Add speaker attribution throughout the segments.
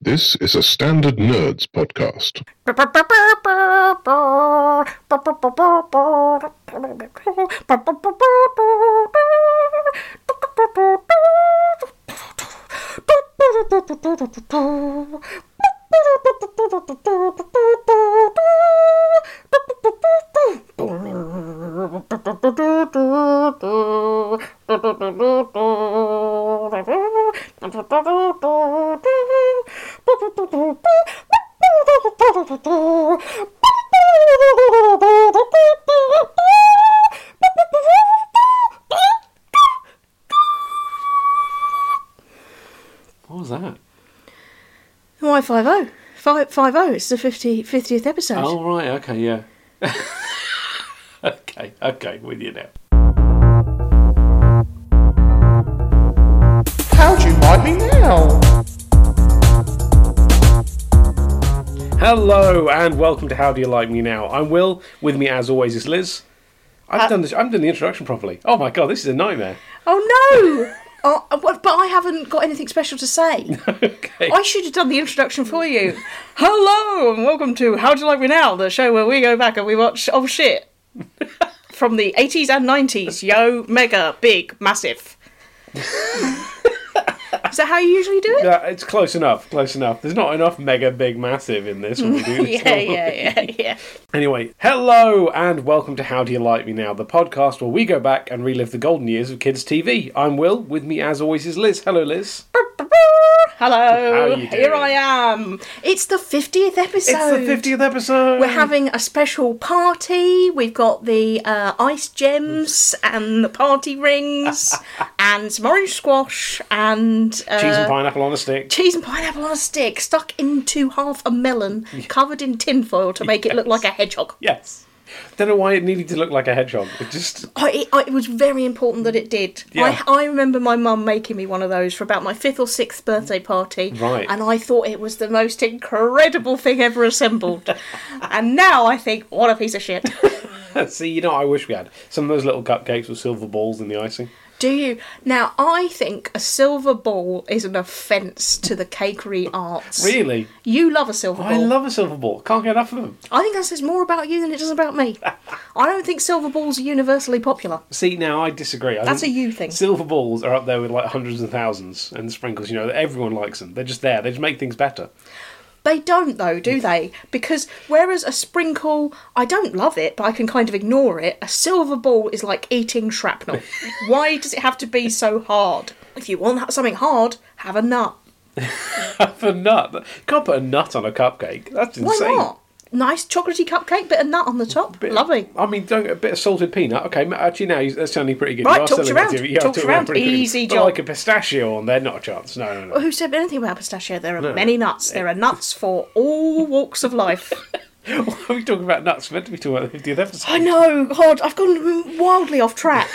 Speaker 1: This is a Standard Nerds podcast.
Speaker 2: What was that?
Speaker 3: Why five oh? Five five oh. It's the 50, 50th episode.
Speaker 2: Oh right, okay, yeah. okay, okay, with you now.
Speaker 4: How'd you mind me now?
Speaker 2: Hello and welcome to How Do You Like Me Now. I'm Will. With me, as always, is Liz. I've done this. I'm doing the introduction properly. Oh my god, this is a nightmare.
Speaker 3: Oh, no! Oh, what- but I haven't got anything special to say.
Speaker 2: okay.
Speaker 3: I should have done the introduction for you. Hello and welcome to How Do You Like Me Now, the show where we go back and we watch oh shit from the 80s and 90s. Yo, mega, big, massive. Is that how you usually do it?
Speaker 2: Yeah, Uh, it's close enough. Close enough. There's not enough mega big massive in this. When we do this
Speaker 3: Yeah, yeah, yeah, yeah.
Speaker 2: Anyway, hello and welcome to How Do You Like Me Now, the podcast where we go back and relive the golden years of kids' TV. I'm Will. With me, as always, is Liz. Hello, Liz. How
Speaker 3: Hello,
Speaker 2: you
Speaker 3: here
Speaker 2: doing?
Speaker 3: I am. It's the 50th episode.
Speaker 2: it's the 50th episode.
Speaker 3: We're having a special party. We've got the uh, ice gems and the party rings and some orange squash and uh,
Speaker 2: cheese and pineapple on a stick.
Speaker 3: cheese and pineapple on a stick stuck into half a melon covered in tinfoil to make it look like a hedgehog.
Speaker 2: Yes. Don't know why it needed to look like a hedgehog. It just
Speaker 3: I, it, I, it was very important that it did.
Speaker 2: Yeah.
Speaker 3: I, I remember my mum making me one of those for about my fifth or sixth birthday party.
Speaker 2: Right.
Speaker 3: And I thought it was the most incredible thing ever assembled. and now I think, what a piece of shit.
Speaker 2: see, you know, I wish we had some of those little cupcakes with silver balls in the icing.
Speaker 3: Do you? Now, I think a silver ball is an offence to the cakery arts.
Speaker 2: Really,
Speaker 3: You love a silver ball.
Speaker 2: I love a silver ball. Can't get enough of them.
Speaker 3: I think that says more about you than it does about me. I don't think silver balls are universally popular.
Speaker 2: See, now I disagree. I
Speaker 3: That's
Speaker 2: think
Speaker 3: a you thing.
Speaker 2: Silver balls are up there with like hundreds and thousands, and sprinkles. You know, everyone likes them. They're just there. They just make things better.
Speaker 3: They don't, though, do they? Because whereas a sprinkle, I don't love it, but I can kind of ignore it, a silver ball is like eating shrapnel. Why does it have to be so hard? If you want something hard, have a nut.
Speaker 2: Have a nut. Can't put a nut on a cupcake. That's
Speaker 3: Why
Speaker 2: insane.
Speaker 3: not? Nice chocolatey cupcake, bit of nut on the top.
Speaker 2: Bit-
Speaker 3: Lovely.
Speaker 2: I mean, don't a bit of salted peanut. Okay, ma- actually, now you- that's sounding pretty good.
Speaker 3: Right,
Speaker 2: are selling
Speaker 3: talked you round.
Speaker 2: that to me. Yeah, I've
Speaker 3: Talked
Speaker 2: talked
Speaker 3: you
Speaker 2: around
Speaker 3: round.
Speaker 2: pretty good.
Speaker 3: Easy
Speaker 2: But
Speaker 3: job.
Speaker 2: Like a pistachio on there, not a chance. No, no, no.
Speaker 3: Well, Who said anything about pistachio? There are many nuts. There are nuts for all walks of life.
Speaker 2: Why are we talking about nuts? We're meant to be talking about the 50th episode.
Speaker 3: I know, God, I've gone wildly off track.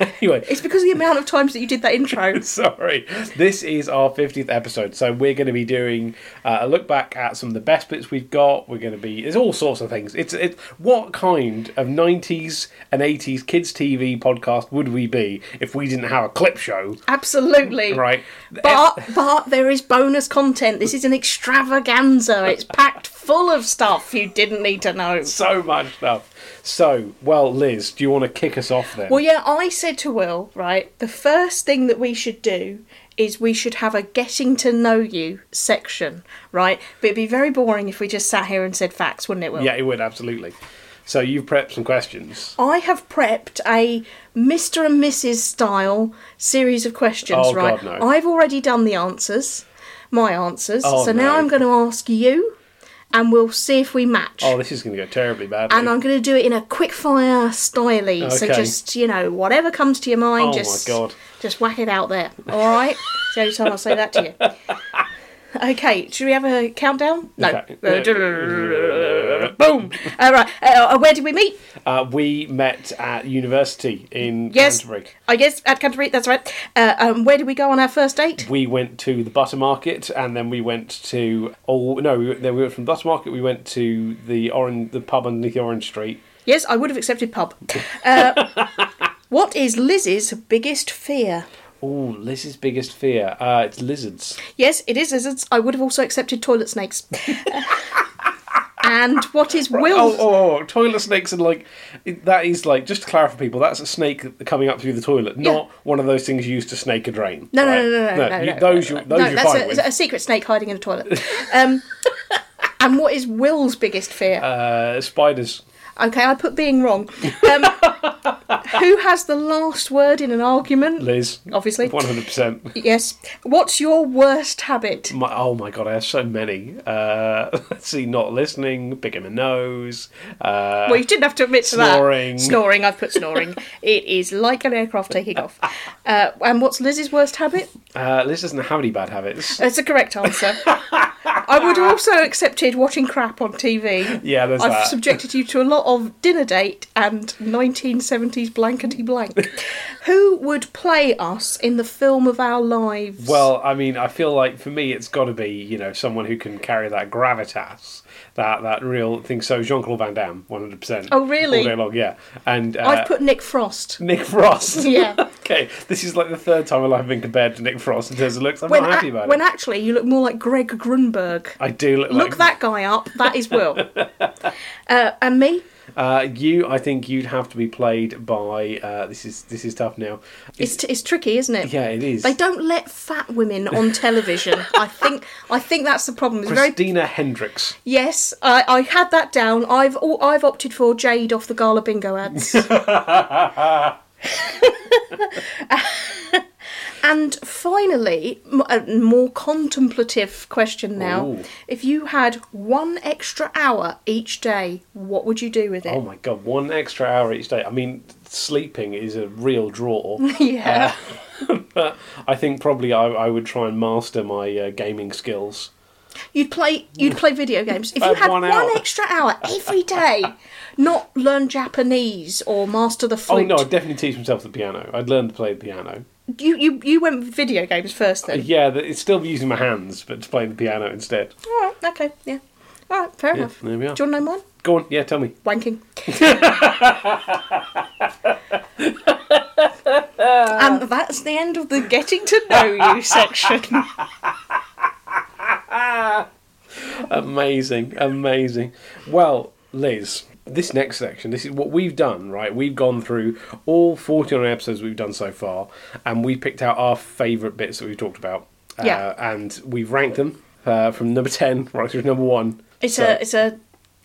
Speaker 2: Anyway,
Speaker 3: It's because of the amount of times that you did that intro.
Speaker 2: sorry. This is our 50th episode, so we're going to be doing uh, a look back at some of the best bits we've got. We're going to be. There's all sorts of things. It's, it's What kind of 90s and 80s kids' TV podcast would we be if we didn't have a clip show?
Speaker 3: Absolutely.
Speaker 2: Right.
Speaker 3: But but there is bonus content. This is an extravaganza. It's packed full of stuff you didn't need to know.
Speaker 2: So much stuff. So, well, Liz, do you want to kick us off then?
Speaker 3: Well, yeah, I said to Will, right, the first thing that we should do is we should have a getting to know you section, right? But it'd be very boring if we just sat here and said facts, wouldn't it, Will?
Speaker 2: yeah, it would, absolutely. So, you've prepped some questions.
Speaker 3: I have prepped a Mr. and Mrs. style series of questions,
Speaker 2: Oh,
Speaker 3: right?
Speaker 2: God, no.
Speaker 3: I've already done the answers, my answers.
Speaker 2: Oh,
Speaker 3: so now
Speaker 2: no.
Speaker 3: I'm going to ask you, and we'll see if we match.
Speaker 2: Oh, this is going to go terribly badly.
Speaker 3: and I'm going to do it in a quickfire styly. So
Speaker 2: Okay.
Speaker 3: just you know, whatever comes to your mind,
Speaker 2: Oh, my
Speaker 3: just
Speaker 2: God.
Speaker 3: just whack it out there. All right. it's the only time I'll say that to you. Okay, should we have a countdown? No.
Speaker 2: Okay.
Speaker 3: Uh, Boom. All right. Uh, where did we meet?
Speaker 2: Uh, we met at university in
Speaker 3: Yes.
Speaker 2: Canterbury.
Speaker 3: I guess at Canterbury. That's right. Uh, um, where did we go on our first date?
Speaker 2: We went to the butter market, and then we went to oh no, we, then we went from the butter market. We went to the orange, the pub underneath the Orange Street.
Speaker 3: Yes, I would have accepted pub. Uh, what is Liz's biggest fear?
Speaker 2: Oh, Liz's biggest fear. Uh, it's lizards.
Speaker 3: Yes, it is lizards. I would have also accepted toilet snakes. and what is Will's?
Speaker 2: Oh, oh, oh, toilet snakes and like it- that is like just to clarify for people, that's a snake coming up through the toilet, not one of those things you use to snake a drain.
Speaker 3: No,
Speaker 2: right?
Speaker 3: no, no, no, no, no,
Speaker 2: you-
Speaker 3: no,
Speaker 2: those
Speaker 3: no,
Speaker 2: you those
Speaker 3: no,
Speaker 2: you
Speaker 3: that's
Speaker 2: fine
Speaker 3: a,
Speaker 2: with.
Speaker 3: a secret snake hiding in a toilet. Um, and what is Will's biggest fear?
Speaker 2: Uh, spiders.
Speaker 3: okay, I put being wrong. Um, who has the last word in an argument?
Speaker 2: Liz,
Speaker 3: Obviously.
Speaker 2: one hundred percent.
Speaker 3: Yes. What's your worst habit?
Speaker 2: My, oh my god, I have so many. Uh, let's see, not listening, picking my nose. Uh,
Speaker 3: Well, you didn't have to admit to
Speaker 2: Snoring.
Speaker 3: that. Snoring. I've put snoring. it is like an aircraft taking off. Uh, and what's Liz's worst habit?
Speaker 2: uh, Liz doesn't have any bad habits.
Speaker 3: That's a correct answer. I would have also accepted watching crap on TV.
Speaker 2: Yeah, there's
Speaker 3: I've
Speaker 2: that.
Speaker 3: subjected you to a lot of dinner date and 1970s blankety blank. Who would play us in the film of our lives?
Speaker 2: Well, I mean, I feel like for me, it's got to be you know someone who can carry that gravitas, that that real thing. So Jean Claude Van Damme, one hundred percent.
Speaker 3: Oh, really?
Speaker 2: All day long, yeah. And uh,
Speaker 3: I've put Nick Frost.
Speaker 2: Nick Frost.
Speaker 3: Yeah.
Speaker 2: okay, this is like the third time in life I've been compared to Nick Frost in terms of looks. I'm
Speaker 3: When,
Speaker 2: not happy
Speaker 3: ac-
Speaker 2: about
Speaker 3: when
Speaker 2: it.
Speaker 3: actually you look more like Greg Grunberg.
Speaker 2: I do look,
Speaker 3: Look
Speaker 2: like
Speaker 3: that guy up. That is Will. uh, and me?
Speaker 2: Uh, you, I think you'd have to be played by. Uh, this is this is tough now.
Speaker 3: It's, t- it's tricky, isn't it?
Speaker 2: yeah, it is.
Speaker 3: They don't let fat women on television. I think I think that's the problem. It's very
Speaker 2: Christina Hendricks.
Speaker 3: Yes, I, I had that down. I've all, I've opted for Jade off the Gala Bingo ads. and finally, m- a more contemplative question now.
Speaker 2: Ooh.
Speaker 3: If you had one extra hour each day, what would you do with it?
Speaker 2: Oh my god, one extra hour each day. I mean, sleeping is a real draw.
Speaker 3: yeah.
Speaker 2: but I think probably I, I would try and master my uh, gaming skills.
Speaker 3: You'd play you'd play video games. If
Speaker 2: I
Speaker 3: you
Speaker 2: had
Speaker 3: had
Speaker 2: one
Speaker 3: one,
Speaker 2: hour.
Speaker 3: extra hour every day, not learn Japanese or master the
Speaker 2: Oh
Speaker 3: flute.
Speaker 2: no, I'd definitely teach myself the piano. I'd learn to play the piano.
Speaker 3: You you you went with video games first then.
Speaker 2: Yeah, th- it's still using my hands, but playing the piano instead.
Speaker 3: All right, okay, yeah. All right, fair enough.
Speaker 2: there we are.
Speaker 3: Do you want to know mine?
Speaker 2: Go on, yeah, tell me.
Speaker 3: Wanking. and that's the end of the getting to know you section.
Speaker 2: Amazing, amazing. Well, Liz, this next section, this is what we've done, right? We've gone through all 49 episodes we've done so far, and we picked out our favourite bits that we've talked about.
Speaker 3: Yeah.
Speaker 2: Uh, and we've ranked them uh, from number 10 right through to number 1.
Speaker 3: It's
Speaker 2: So-
Speaker 3: a it's a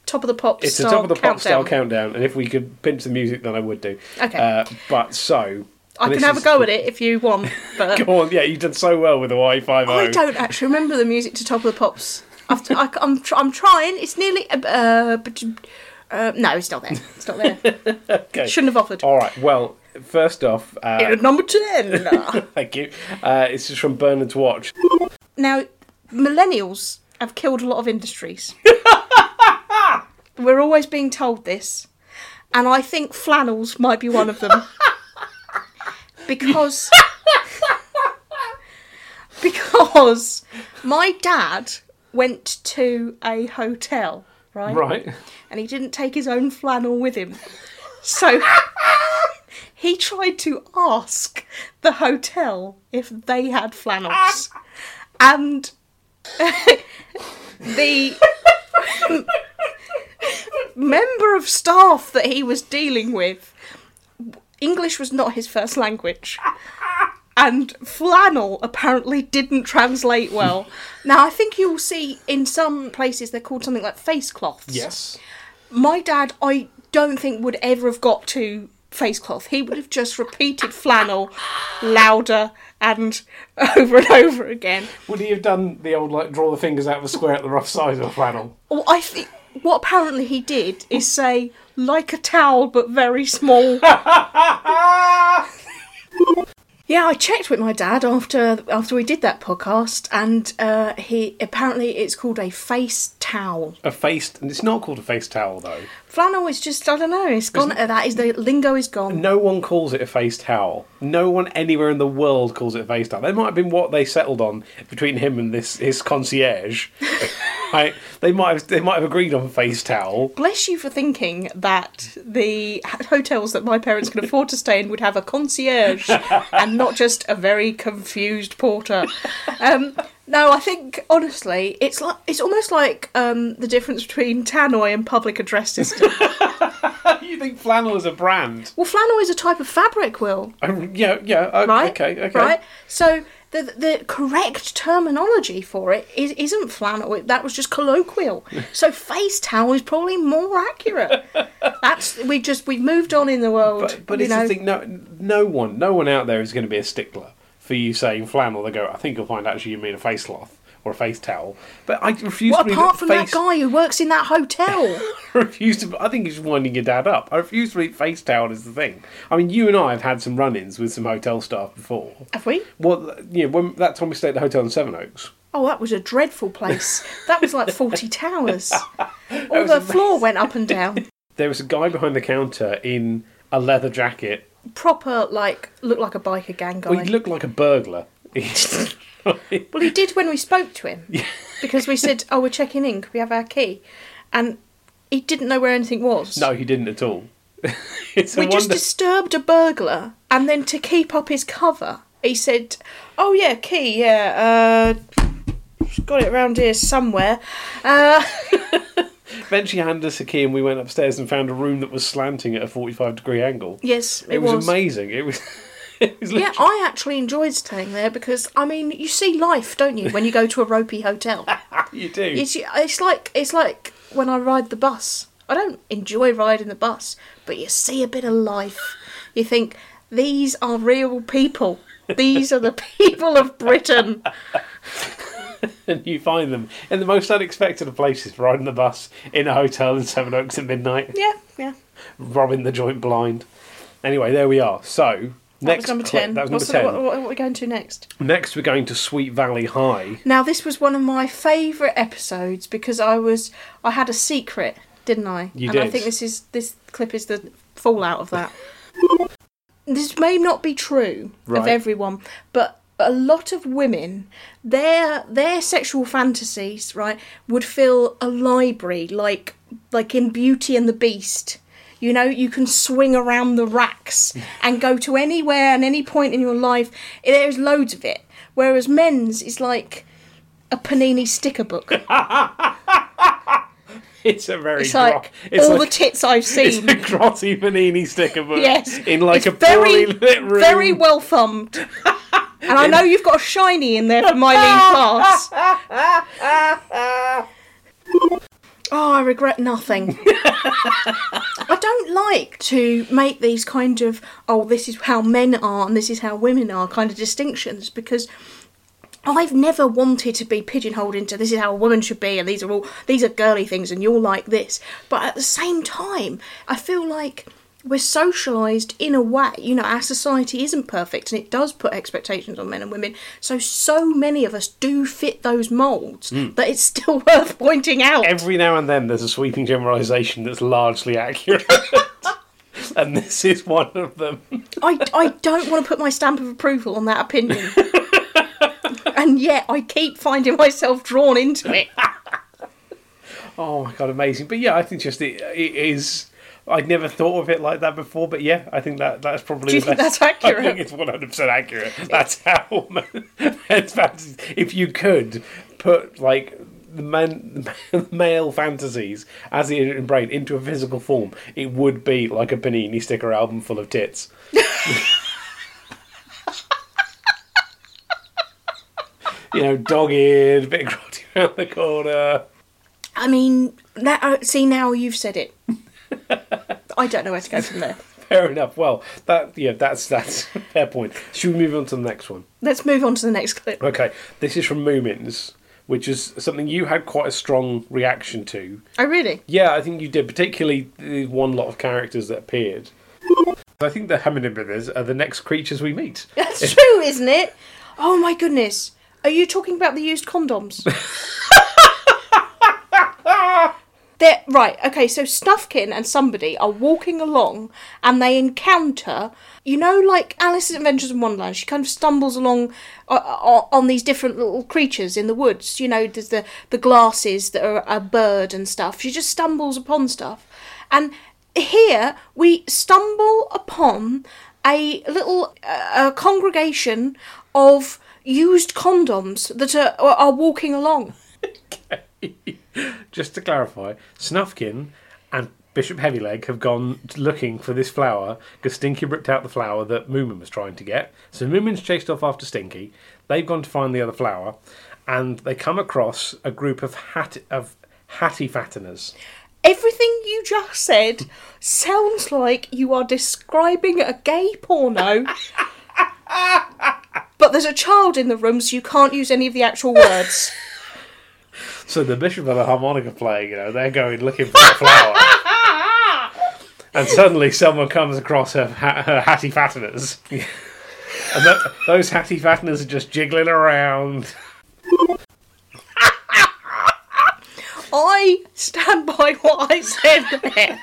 Speaker 3: top of the pop
Speaker 2: It's
Speaker 3: style
Speaker 2: a top of the
Speaker 3: countdown.
Speaker 2: pop style countdown, and if we could pinch the music, then I would do.
Speaker 3: Okay.
Speaker 2: Uh, but so.
Speaker 3: I can
Speaker 2: this
Speaker 3: have a
Speaker 2: is-
Speaker 3: go at it if you want, but
Speaker 2: Go on, yeah, you've done so well with the Y five
Speaker 3: I
Speaker 2: O.
Speaker 3: don't actually remember the music to Top of the Pops. I've, I, I'm tr- I'm trying. It's nearly uh, but uh, no, it's not there. It's not there.
Speaker 2: Okay.
Speaker 3: Shouldn't have offered.
Speaker 2: All right. Well, first off, uh,
Speaker 3: Number ten.
Speaker 2: thank you. Uh, this is from Bernard's Watch.
Speaker 3: Now, millennials have killed a lot of industries. We're always being told this, and I think flannels might be one of them. because because my dad went to a hotel, right?
Speaker 2: Right.
Speaker 3: And he didn't take his own flannel with him. So he tried to ask the hotel if they had flannels. And the member of staff that he was dealing with, English was not his first language. And flannel apparently didn't translate well. Now, I think you'll see in some places they're called something like face cloths
Speaker 2: Yes.
Speaker 3: my dad i don't think would ever have got to face cloth he would have just repeated flannel louder and over and over again
Speaker 2: Would he have done the old like draw the fingers out of a square at the rough side of the flannel?
Speaker 3: well, i think what apparently he did is say like a towel but very small yeah i checked with my dad after after we did that podcast and uh, he apparently it's called a face towel
Speaker 2: A faced, and it's not called a face towel though.
Speaker 3: flannel is just i don't know it's gone that is the lingo is gone
Speaker 2: No one calls it a face towel. No one anywhere in the world calls it a face towel. That might have been what they settled on between him and this his concierge. right? They might have they might have agreed on face towel.
Speaker 3: Bless you for thinking that the h- hotels that my parents could afford to stay in would have a concierge and not just a very confused porter. Um, no, I think honestly, it's like it's almost like um, the difference between tannoy and public address system.
Speaker 2: you think flannel is a brand?
Speaker 3: well, flannel is a type of fabric, Will.
Speaker 2: Um, yeah, yeah. o-
Speaker 3: right?
Speaker 2: Okay, okay.
Speaker 3: Right. So the the correct terminology for it is, isn't flannel. It- That was just colloquial. so face towel is probably more accurate. That's we just we've moved on in the world.
Speaker 2: But but
Speaker 3: you
Speaker 2: it's the
Speaker 3: know.
Speaker 2: thing. No, no one, no one out there is going to be a stickler for you saying flannel. They go, I think you'll find actually you mean a face cloth or a face towel. But I refuse
Speaker 3: Well,
Speaker 2: to believe
Speaker 3: apart
Speaker 2: that
Speaker 3: from
Speaker 2: face,
Speaker 3: that guy who works in that hotel,
Speaker 2: I refuse to. I think he's winding your dad up. I refuse to believe face towel is the thing. I mean, you and I have had some run-ins with some hotel staff before.
Speaker 3: have we?
Speaker 2: Well, you know, when that time we stayed at the hotel in Sevenoaks.
Speaker 3: Oh, that was a dreadful place. That was like forty towers. All the floor went up and down.
Speaker 2: there was a guy behind the counter in a leather jacket.
Speaker 3: Proper, like, looked like a biker gang guy.
Speaker 2: Well, he looked like a burglar.
Speaker 3: Well, he did when we spoke to him because we said, "Oh, we're checking in. Could we have our key?" And he didn't know where anything was.
Speaker 2: no, he didn't at all. it's a
Speaker 3: we just
Speaker 2: wonder.
Speaker 3: disturbed a burglar, and then to keep up his cover, he said, "Oh yeah, key. Yeah, uh, just got it around here somewhere." Uh,
Speaker 2: Eventually, handed us a key, and we went upstairs and found a room that was slanting at a forty-five degree angle.
Speaker 3: yes, it,
Speaker 2: it was, amazing. It was. it was
Speaker 3: Yeah,
Speaker 2: literally-
Speaker 3: I actually enjoyed staying there because I mean, you see life, don't you, when you go to a ropey hotel.
Speaker 2: you do.
Speaker 3: It's, it's like it's like when I ride the bus. I don't enjoy riding the bus, but you see a bit of life. You think these are real people. These are the people of Britain.
Speaker 2: and you find them in the most unexpected of places, riding the bus in a hotel in Sevenoaks at midnight,
Speaker 3: Yeah, yeah.
Speaker 2: robbing the joint blind. Anyway, there we are. So
Speaker 3: That
Speaker 2: next
Speaker 3: was number
Speaker 2: clip-
Speaker 3: ten.
Speaker 2: That was number
Speaker 3: What's the-
Speaker 2: ten.
Speaker 3: what, what, what are we going to next?
Speaker 2: Next, we're going to Sweet Valley High.
Speaker 3: Now, this was one of my favourite episodes because I was I had a secret, didn't I?
Speaker 2: You
Speaker 3: and I
Speaker 2: did.
Speaker 3: think this is this clip is the fallout of that. this may not be true of
Speaker 2: Right.
Speaker 3: everyone, but a lot of women their their sexual fantasies right would fill a library like like in Beauty and the Beast. You know, you can swing around the racks and go to anywhere and any point in your life. There's loads of it. Whereas men's is like a panini sticker book.
Speaker 2: It's a very
Speaker 3: It's
Speaker 2: gro-
Speaker 3: like
Speaker 2: it's
Speaker 3: all
Speaker 2: like-
Speaker 3: the tits I've
Speaker 2: It's a
Speaker 3: seen.
Speaker 2: grotty panini sticker book.
Speaker 3: Yes,
Speaker 2: In like
Speaker 3: It's
Speaker 2: a poorly lit room.
Speaker 3: very well thumbed. And I know you've got a shiny in there for Mylene class. Oh, I regret nothing. I don't like to make these kind of oh, this is how men are and this is how women are kind of distinctions because I've never wanted to be pigeonholed into this is how a woman should be and these are all these are girly things and you're like this. But at the same time, I feel like we're socialized in a way. You know, our society isn't perfect and it does put expectations on men and women. So so many of us do fit those molds that it's still worth pointing out.
Speaker 2: Every now and then there's a sweeping generalisation that's largely accurate. and this is one of them.
Speaker 3: I, I don't want to put my stamp of approval on that opinion. and yet I keep finding myself drawn into it.
Speaker 2: Oh my god, amazing. But yeah, I think just it, it is. I'd never thought of it like that before, but yeah, I think that that's probably.
Speaker 3: Do you
Speaker 2: the
Speaker 3: think
Speaker 2: best.
Speaker 3: that's accurate?
Speaker 2: I think it's one hundred percent accurate. That's how. men's fantasies- if you could put like the man, male fantasies as the in brain into a physical form, it would be like a panini sticker album full of tits. you know, dog-eared, a bit grotty around the corner.
Speaker 3: I mean, that, uh, see, now you've said it. I don't know where to go from there.
Speaker 2: Fair enough. Well, that yeah, that's that's a fair point. Should we move on to the next one?
Speaker 3: Let's move on to the next clip.
Speaker 2: Okay, this is from Moomins, which is something you had quite a strong reaction to.
Speaker 3: Oh, really?
Speaker 2: Yeah, I think you did, particularly the one lot of characters that appeared. I think the hominid brothers are the next creatures we meet.
Speaker 3: That's true, isn't it? Oh, my goodness. Are you talking about the used condoms? They're, right, okay, so Snufkin and somebody are walking along and they encounter, you know, like Alice's Adventures in Wonderland. She kind of stumbles along uh, uh, on these different little creatures in the woods. You know, there's the, the glasses that are a bird and stuff. She just stumbles upon stuff. And here we stumble upon a little uh, a congregation of used condoms that are, are walking along.
Speaker 2: Just to clarify, Snufkin and Bishop Heavyleg have gone looking for this flower because Stinky ripped out the flower that Moomin was trying to get. So Moomin's chased off after Stinky. They've gone to find the other flower, and they come across a group of hat of hatty fatteners.
Speaker 3: Everything you just said sounds like you are describing a gay porno. but there's a child in the room, so you can't use any of the actual words.
Speaker 2: So the bishop and the harmonica playing, you know, they're going looking for the flower. and suddenly someone comes across her, ha- her hatty fatteners. and tho- those hatty fatteners are just jiggling around.
Speaker 3: I stand by what I said there.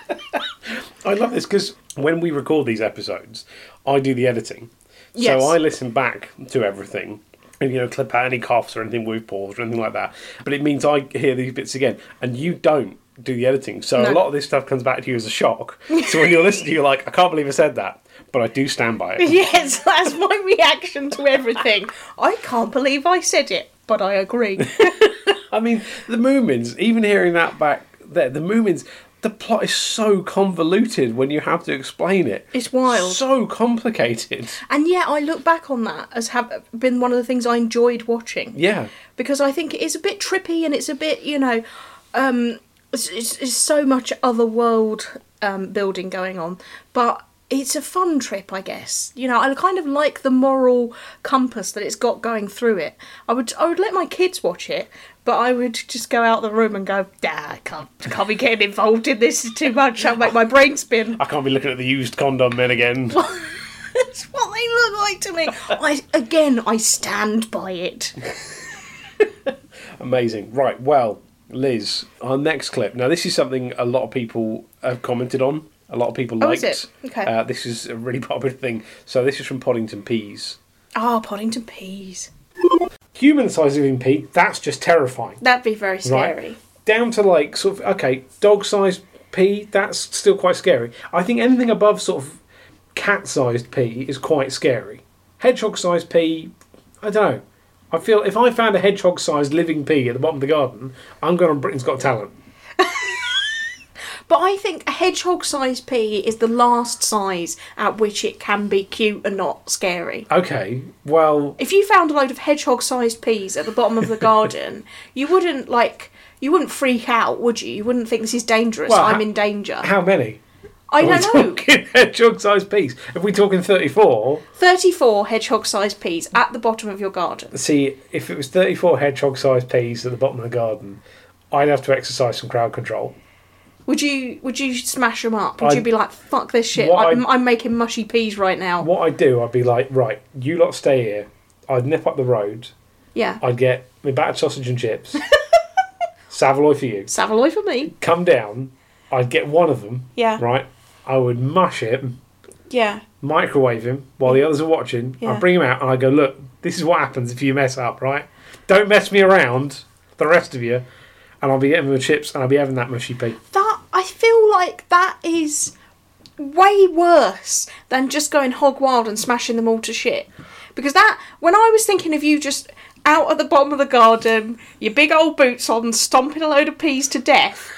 Speaker 2: I love this because when we record these episodes, I do the editing.
Speaker 3: Yes.
Speaker 2: So I listen back to everything and, you know, clip out any coughs or anything we've paused or anything like that. But it means I hear these bits again and you don't do the editing. So a
Speaker 3: No.
Speaker 2: lot of this stuff comes back to you as a shock. so when you're listening, you're like, I can't believe I said that. But I do stand by it.
Speaker 3: Yes, that's my reaction to everything. I can't believe I said it, but I agree.
Speaker 2: I mean, the Moomins, even hearing that back there, the Moomins, the plot is so convoluted when you have to explain it.
Speaker 3: It's wild.
Speaker 2: So complicated.
Speaker 3: And yet, I look back on that as have been one of the things I enjoyed watching.
Speaker 2: Yeah.
Speaker 3: because I think it is a bit trippy and it's a bit, you know, um, it's, it's, it's so much other world um, building going on, but it's a fun trip, I guess. You know, I kind of like the moral compass that it's got going through it. I would, I would let my kids watch it, but I would just go out the room and go, "Nah, I can't, can't be getting involved in this it's too much. I'll make my brain spin."
Speaker 2: I can't be looking at the used condom men again.
Speaker 3: That's what they look like to me. I again, I stand by it.
Speaker 2: Amazing. Right, well, Liz, our next clip. Now, this is something a lot of people have commented on. A lot of people
Speaker 3: Oh,
Speaker 2: liked.
Speaker 3: is it? Okay.
Speaker 2: Uh, this is a really popular thing. So, this is from Poddington Peas.
Speaker 3: Ah, Poddington peas.
Speaker 2: Human sizing pea, that's just terrifying.
Speaker 3: That'd be very scary.
Speaker 2: Down to like sort of okay, dog sized pea, that's still quite scary. I think anything above sort of cat sized pea is quite scary. Hedgehog sized pea, I don't know. I feel if I found a hedgehog sized living pea at the bottom of the garden, I'm going on Britain's Got Talent.
Speaker 3: But I think a hedgehog size pea is the last size at which it can be cute and not scary.
Speaker 2: Okay, well,
Speaker 3: If you found a load of hedgehog sized peas at the bottom of the garden, you wouldn't like you wouldn't freak out, would you? You wouldn't think this is dangerous,
Speaker 2: Well,
Speaker 3: I'm
Speaker 2: ho-
Speaker 3: in danger.
Speaker 2: how many? Are
Speaker 3: I
Speaker 2: we
Speaker 3: don't know.
Speaker 2: talking hedgehog sized peas? If we're talking 34,
Speaker 3: 34 hedgehog sized peas at the bottom of your garden.
Speaker 2: see, if it was 34 hedgehog sized peas at the bottom of the garden, I'd have to exercise some crowd control.
Speaker 3: Would you would you smash them up? Would
Speaker 2: I-
Speaker 3: you be like fuck this shit?
Speaker 2: What
Speaker 3: I'm,
Speaker 2: I-
Speaker 3: I'm making mushy peas right now.
Speaker 2: What I'd do, I'd be like, right, you lot stay here. I'd nip up the road.
Speaker 3: Yeah.
Speaker 2: I'd get my battered sausage and chips. Savoy for you.
Speaker 3: Savaloy for me.
Speaker 2: Come down. I'd get one of them.
Speaker 3: Yeah.
Speaker 2: Right. I would mush him,
Speaker 3: Yeah.
Speaker 2: microwave him while the others are watching.
Speaker 3: Yeah.
Speaker 2: I'd bring him out and I'd go, look, this is what happens if you mess up, right? Don't mess me around, the rest of you. And I'll be getting my chips and I'll be having that mushy pea.
Speaker 3: that I feel like that is way worse than just going hog wild and smashing them all to shit. Because that when I was thinking of you just out at the bottom of the garden, your big old boots on, stomping a load of peas to death,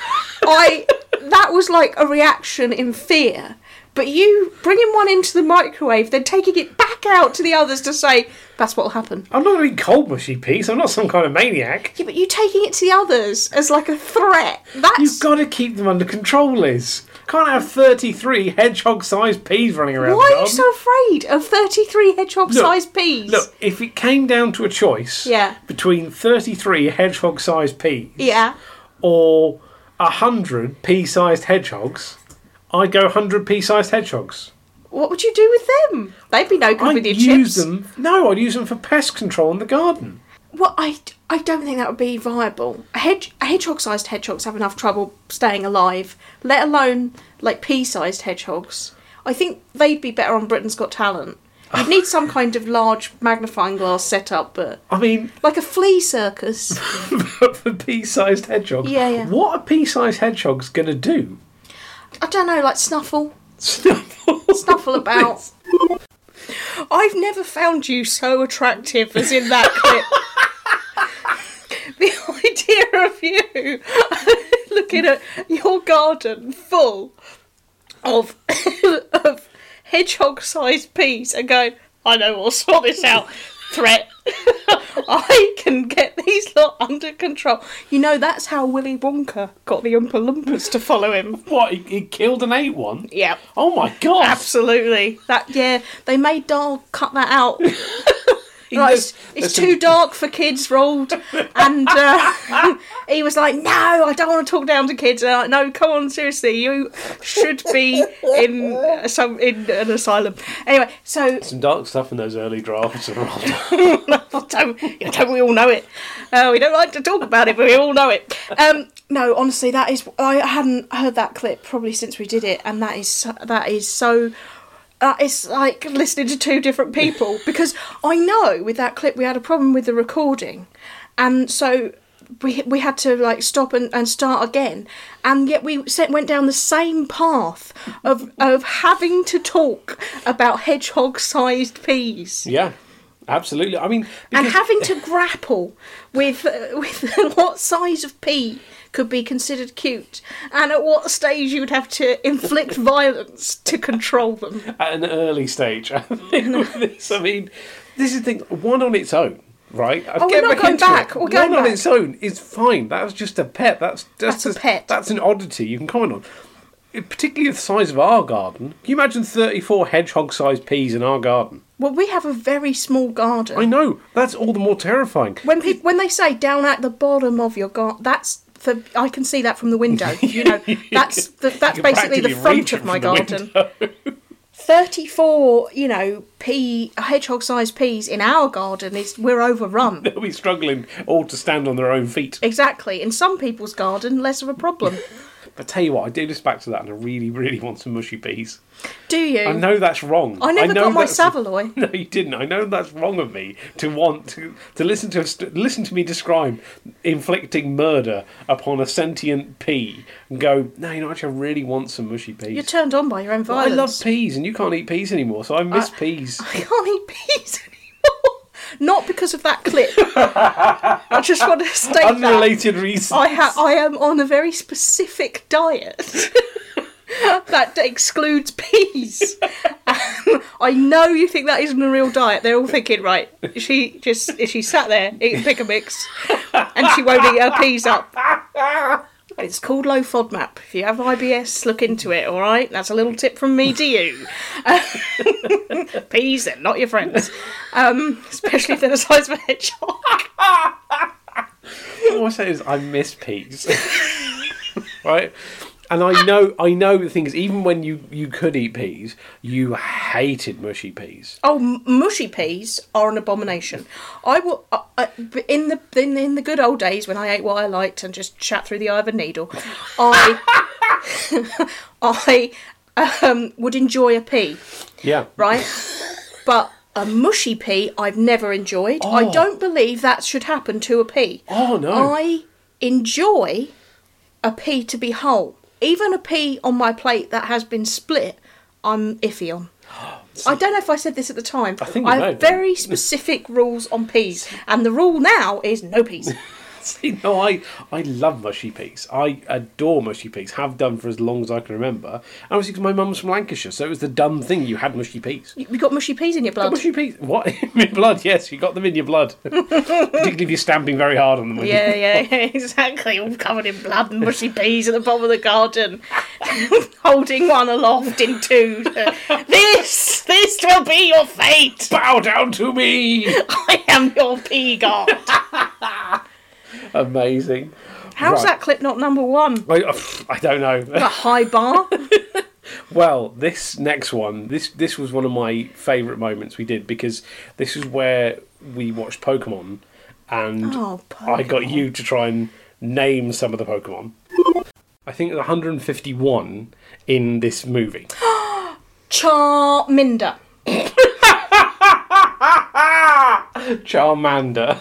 Speaker 3: I that was like a reaction in fear. But you bringing one into the microwave, then taking it back out to the others to say that's what'll happen.
Speaker 2: I'm not eating cold mushy peas. I'm not some kind of maniac.
Speaker 3: Yeah, but you taking it to the others as like a threat. That's
Speaker 2: You've got to keep them under control, Liz. Can't have 33 hedgehog sized peas running around.
Speaker 3: Why
Speaker 2: the
Speaker 3: are
Speaker 2: garden.
Speaker 3: you so afraid of 33 hedgehog sized peas?
Speaker 2: Look, if it came down to a choice
Speaker 3: Yeah.
Speaker 2: between 33 hedgehog sized peas
Speaker 3: Yeah.
Speaker 2: or 100 pea sized hedgehogs, I'd go 100 pea sized hedgehogs.
Speaker 3: What would you do with them? They'd be no good
Speaker 2: I'd
Speaker 3: with your
Speaker 2: use
Speaker 3: chips.
Speaker 2: them. No, I'd use them for pest control in the garden.
Speaker 3: Well, I, I don't think that would be viable. A, hedge, a hedgehog-sized hedgehogs have enough trouble staying alive, let alone like pea-sized hedgehogs. I think they'd be better on Britain's Got Talent. You'd need some kind of large magnifying glass setup, but
Speaker 2: I mean,
Speaker 3: like a flea circus.
Speaker 2: for pea-sized hedgehogs,
Speaker 3: Yeah, yeah.
Speaker 2: what are pea-sized hedgehogs going to do?
Speaker 3: I don't know, like snuffle, snuffle about. I've never found you so attractive as in that clip. the idea of you looking at your garden full of of hedgehog-sized peas and going, I know we'll sort this out. Threat. I can get these lot under control. You know that's how Willy Wonka got the Oompa Loompas to follow him.
Speaker 2: What? He, he killed an eight one.
Speaker 3: Yeah.
Speaker 2: Oh my god!
Speaker 3: Absolutely. That yeah, they made Dahl cut that out.
Speaker 2: He
Speaker 3: Like,
Speaker 2: just-
Speaker 3: it's
Speaker 2: there's
Speaker 3: it's
Speaker 2: some-
Speaker 3: too dark for kids, Roald. And uh, he was like, "No, I don't want to talk down to kids." And I'm like, no, come on, seriously, you should be in uh, some in an asylum. Anyway, so
Speaker 2: Some dark stuff in those early drafts of Roald.
Speaker 3: don't, don't we all know it? Uh, we don't like to talk about it, but we all know it. Um, no, honestly, that is I hadn't heard that clip probably since we did it, and that is so- that is so. That is like listening to two different people because I know with that clip we had a problem with the recording, and so we we had to like stop and, and start again, and yet we set, went down the same path of of having to talk about hedgehog sized peas
Speaker 2: yeah, absolutely. I mean,
Speaker 3: and
Speaker 2: because-
Speaker 3: having to grapple with uh, with what size of pea could be considered cute, and at what stage you would have to inflict violence to control them.
Speaker 2: at an early stage. I think with this, I mean, this is the thing. One on its own, right? Oh,
Speaker 3: we're not going back. We're going
Speaker 2: one on
Speaker 3: back.
Speaker 2: its own is fine. That was just a pet. That's that's,
Speaker 3: That's a pet.
Speaker 2: That's an oddity you can comment on. It- Particularly the size of our garden. Can you imagine thirty-four hedgehog-sized peas in our garden?
Speaker 3: Well, we have a very small garden.
Speaker 2: I know. That's all the more terrifying.
Speaker 3: When people when they say down at the bottom of your garden, that's the I can see that from the window. You know, that's the, that's
Speaker 2: can
Speaker 3: basically
Speaker 2: practically
Speaker 3: the front
Speaker 2: reach it
Speaker 3: of my
Speaker 2: from the
Speaker 3: garden. Thirty-four, you know, pea hedgehog-sized peas in our garden is we're overrun.
Speaker 2: They'll be struggling all to stand on their own feet.
Speaker 3: Exactly. In some people's garden, less of a problem.
Speaker 2: But tell you what, I do this back to that, and I really, really want some mushy peas.
Speaker 3: Do you?
Speaker 2: I know that's wrong.
Speaker 3: I never
Speaker 2: know
Speaker 3: got my
Speaker 2: that's-
Speaker 3: Savaloy.
Speaker 2: No, you didn't. I know that's wrong of me to want to to listen to a st- listen to me describe inflicting murder upon a sentient pea and go. No, you know, actually, I really want some mushy peas.
Speaker 3: You're turned on by your own
Speaker 2: I
Speaker 3: violence.
Speaker 2: love peas, and you can't eat peas anymore, so I miss
Speaker 3: I-
Speaker 2: peas.
Speaker 3: I can't eat peas anymore. Not because of that clip. I just want to state that.
Speaker 2: Unrelated reasons.
Speaker 3: I, ha- I am on a very specific diet that excludes peas. Um, I know you think that isn't a real diet. They're all thinking, right? She just she sat there eating pick a mix, and she won't eat her peas up. It's called low FODMAP. If you have IBS, look into it. All right, that's a little tip from me to you. Peas, they're not your friends, um, especially if they're the size of a hedgehog.
Speaker 2: All I say is I miss peas. right? And I know, I know the thing is, even when you, you could eat peas, you hated mushy peas.
Speaker 3: Oh, m- mushy peas are an abomination. I will I, I, in the in, in the good old days when I ate what I liked and just chat through the eye of a needle. I I um, would enjoy a pea,
Speaker 2: Yeah.
Speaker 3: right? But a mushy pea, I've never enjoyed. I
Speaker 2: Oh.
Speaker 3: don't believe that should happen to a pea.
Speaker 2: Oh, no.
Speaker 3: I enjoy a pea to be whole. Even a pea on my plate that has been split, I'm iffy on. I don't know if I said this at the time. I
Speaker 2: think you
Speaker 3: I
Speaker 2: know,
Speaker 3: have
Speaker 2: don't
Speaker 3: very specific rules on peas, and the rule now is no peas.
Speaker 2: See, no, I, I love mushy peas. I adore mushy peas. Have done for as long as I can remember. And obviously, because my mum's from Lancashire, so it was the dumb thing you had mushy peas.
Speaker 3: You you got mushy peas in your blood.
Speaker 2: Mushy peas? What? in your blood? Yes, you got them in your blood. Particularly if you're stamping very hard on them. when you-
Speaker 3: Yeah, yeah, yeah, exactly. All covered in blood and mushy peas at the bottom of the garden, holding one aloft in two. This, this will be your fate.
Speaker 2: Bow down to me!
Speaker 3: I am your pea god.
Speaker 2: Amazing.
Speaker 3: How's
Speaker 2: Right.
Speaker 3: that clip not number one?
Speaker 2: I, I don't know.
Speaker 3: A high bar.
Speaker 2: Well, this next one, this this was one of my favourite moments we did because this is where we watched Pokemon, and
Speaker 3: Oh,
Speaker 2: I got
Speaker 3: Pokemon.
Speaker 2: you to try and name some of the Pokemon. I think there's 151 in this movie.
Speaker 3: Charminder.
Speaker 2: Charmander.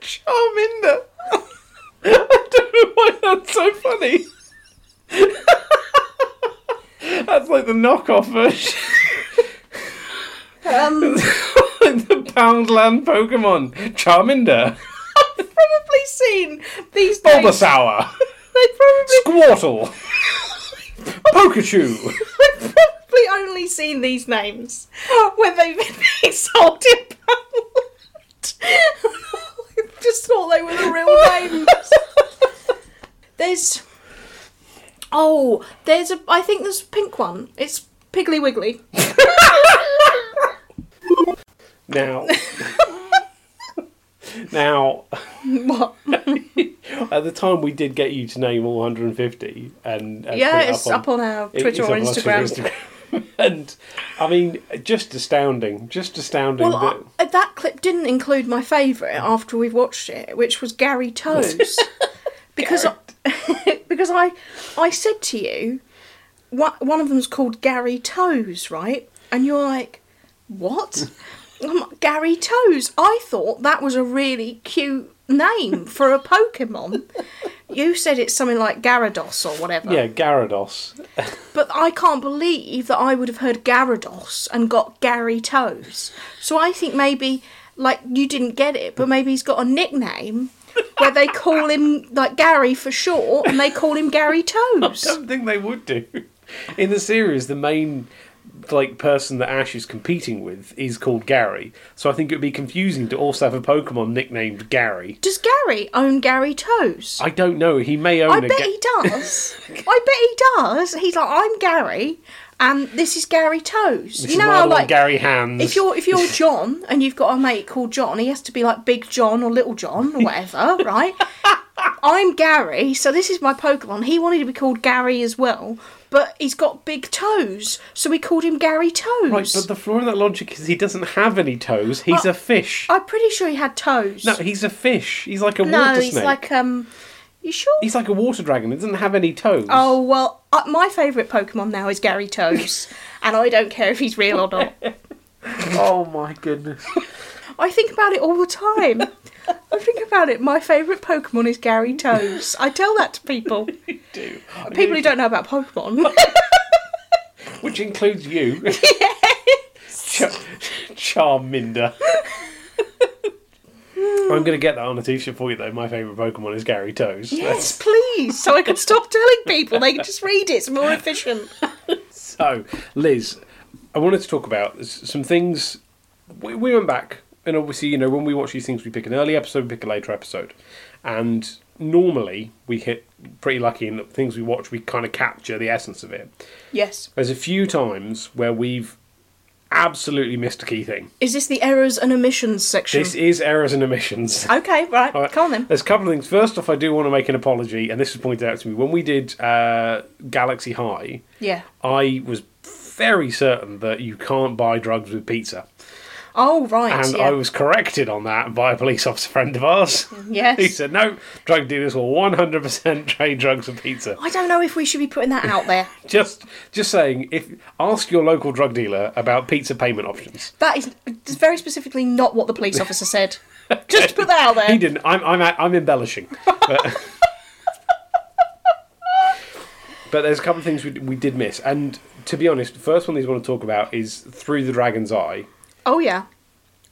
Speaker 2: Charminder. I don't know why that's so funny. that's like the knockoff version.
Speaker 3: Um,
Speaker 2: the Poundland Pokemon. Charminder.
Speaker 3: probably seen these days.
Speaker 2: Bulbasaur.
Speaker 3: They probably
Speaker 2: Squirtle. Pikachu.
Speaker 3: I've probably only seen these names when they've been being sold in Poundland. I just thought they were the real names. There's. Oh, there's a. I think there's a pink one. It's Piggly Wiggly.
Speaker 2: Now. now.
Speaker 3: What?
Speaker 2: At the time, we did get you to name all 150, and uh,
Speaker 3: Yeah,
Speaker 2: put it
Speaker 3: it's up on our
Speaker 2: it
Speaker 3: Twitter
Speaker 2: is
Speaker 3: or
Speaker 2: up on our
Speaker 3: Instagram.
Speaker 2: Twitter, Instagram. and I mean, just astounding, just astounding.
Speaker 3: Well,
Speaker 2: that,
Speaker 3: I, that clip didn't include my favourite after we've watched it, which was Gary Toes, because I, because I I said to you, one one of them's called Gary Toes, right? And you're like, what? I'm like, Gary Toes. I thought that was a really cute name for a Pokemon. you said it's something like Gyarados or whatever.
Speaker 2: yeah, Gyarados.
Speaker 3: But I can't believe that I would have heard Gyarados and got Gary Toes. So I think maybe, like, you didn't get it, but maybe he's got a nickname where they call him, like, Gary for short, and they call him Gary
Speaker 2: I
Speaker 3: Toes.
Speaker 2: don't think they would do. In the series, the main like person that Ash is competing with is called Gary, so I think it would be confusing to also have a Pokemon nicknamed Gary.
Speaker 3: Does Gary own Gary Toes?
Speaker 2: I don't know. He may own
Speaker 3: I
Speaker 2: a.
Speaker 3: bet
Speaker 2: Ga-
Speaker 3: he does. I bet he does. He's like, I'm Gary, and this is Gary Toes.
Speaker 2: This is my other one, Gary Hands.
Speaker 3: If you're if you're John and you've got a mate called John, he has to be like Big John or Little John or whatever, right? I'm Gary, so this is my Pokemon. He wanted to be called Gary as well, but he's got big toes, so we called him Gary Toes.
Speaker 2: Right, but the flaw in that logic is he doesn't have any toes. He's a fish.
Speaker 3: I'm pretty sure he had toes.
Speaker 2: No, he's a fish. He's like a
Speaker 3: uh, No,
Speaker 2: water
Speaker 3: he's
Speaker 2: snake.
Speaker 3: like um. You sure?
Speaker 2: He's like a water dragon. It doesn't have any toes.
Speaker 3: Oh well, uh, my favourite Pokemon now is Gary Toes, and I don't care if he's real or not.
Speaker 2: oh my goodness.
Speaker 3: I think about it all the time. I think about it. My favourite Pokemon is Gary Toes. I tell that to people.
Speaker 2: Do.
Speaker 3: People who don't know about Pokemon.
Speaker 2: Which includes you. Char- Charminder. I'm going to get that on a t shirt for you, though. My favourite Pokemon is Gary Toes.
Speaker 3: yes, please. So I can stop telling people. They can just read it. It's more efficient.
Speaker 2: So, Liz, I wanted to talk about s- some things. We, we went back, and obviously, you know, when we watch these things, we pick an early episode, we pick a later episode. And normally, we hit pretty lucky in the things we watch, we kind of capture the essence of it.
Speaker 3: Yes.
Speaker 2: There's a few times where we've absolutely missed a key thing.
Speaker 3: Is this the errors and omissions section?
Speaker 2: This is errors and omissions.
Speaker 3: Okay, right.
Speaker 2: All right. Uh,
Speaker 3: Ah, Come on then.
Speaker 2: There's a couple of things. First off, I do want to make an apology, and this was pointed out to me when we did uh, Galaxy High.
Speaker 3: Yeah.
Speaker 2: I was very certain that you can't buy drugs with pizza,
Speaker 3: Oh, right.
Speaker 2: and
Speaker 3: yeah.
Speaker 2: I was corrected on that by a police officer friend of ours.
Speaker 3: Yes.
Speaker 2: he said no. Drug dealers will 100% trade drugs with pizza.
Speaker 3: I don't know if we should be putting that out there.
Speaker 2: Just, just saying. If ask your local drug dealer about pizza payment options.
Speaker 3: That is that's very specifically not what the police officer said. Just to put that out there.
Speaker 2: He didn't. I'm I'm I'm embellishing. But, but there's a couple of things we we did miss, and to be honest, the first one these want to talk about is through the dragon's eye.
Speaker 3: Oh, yeah.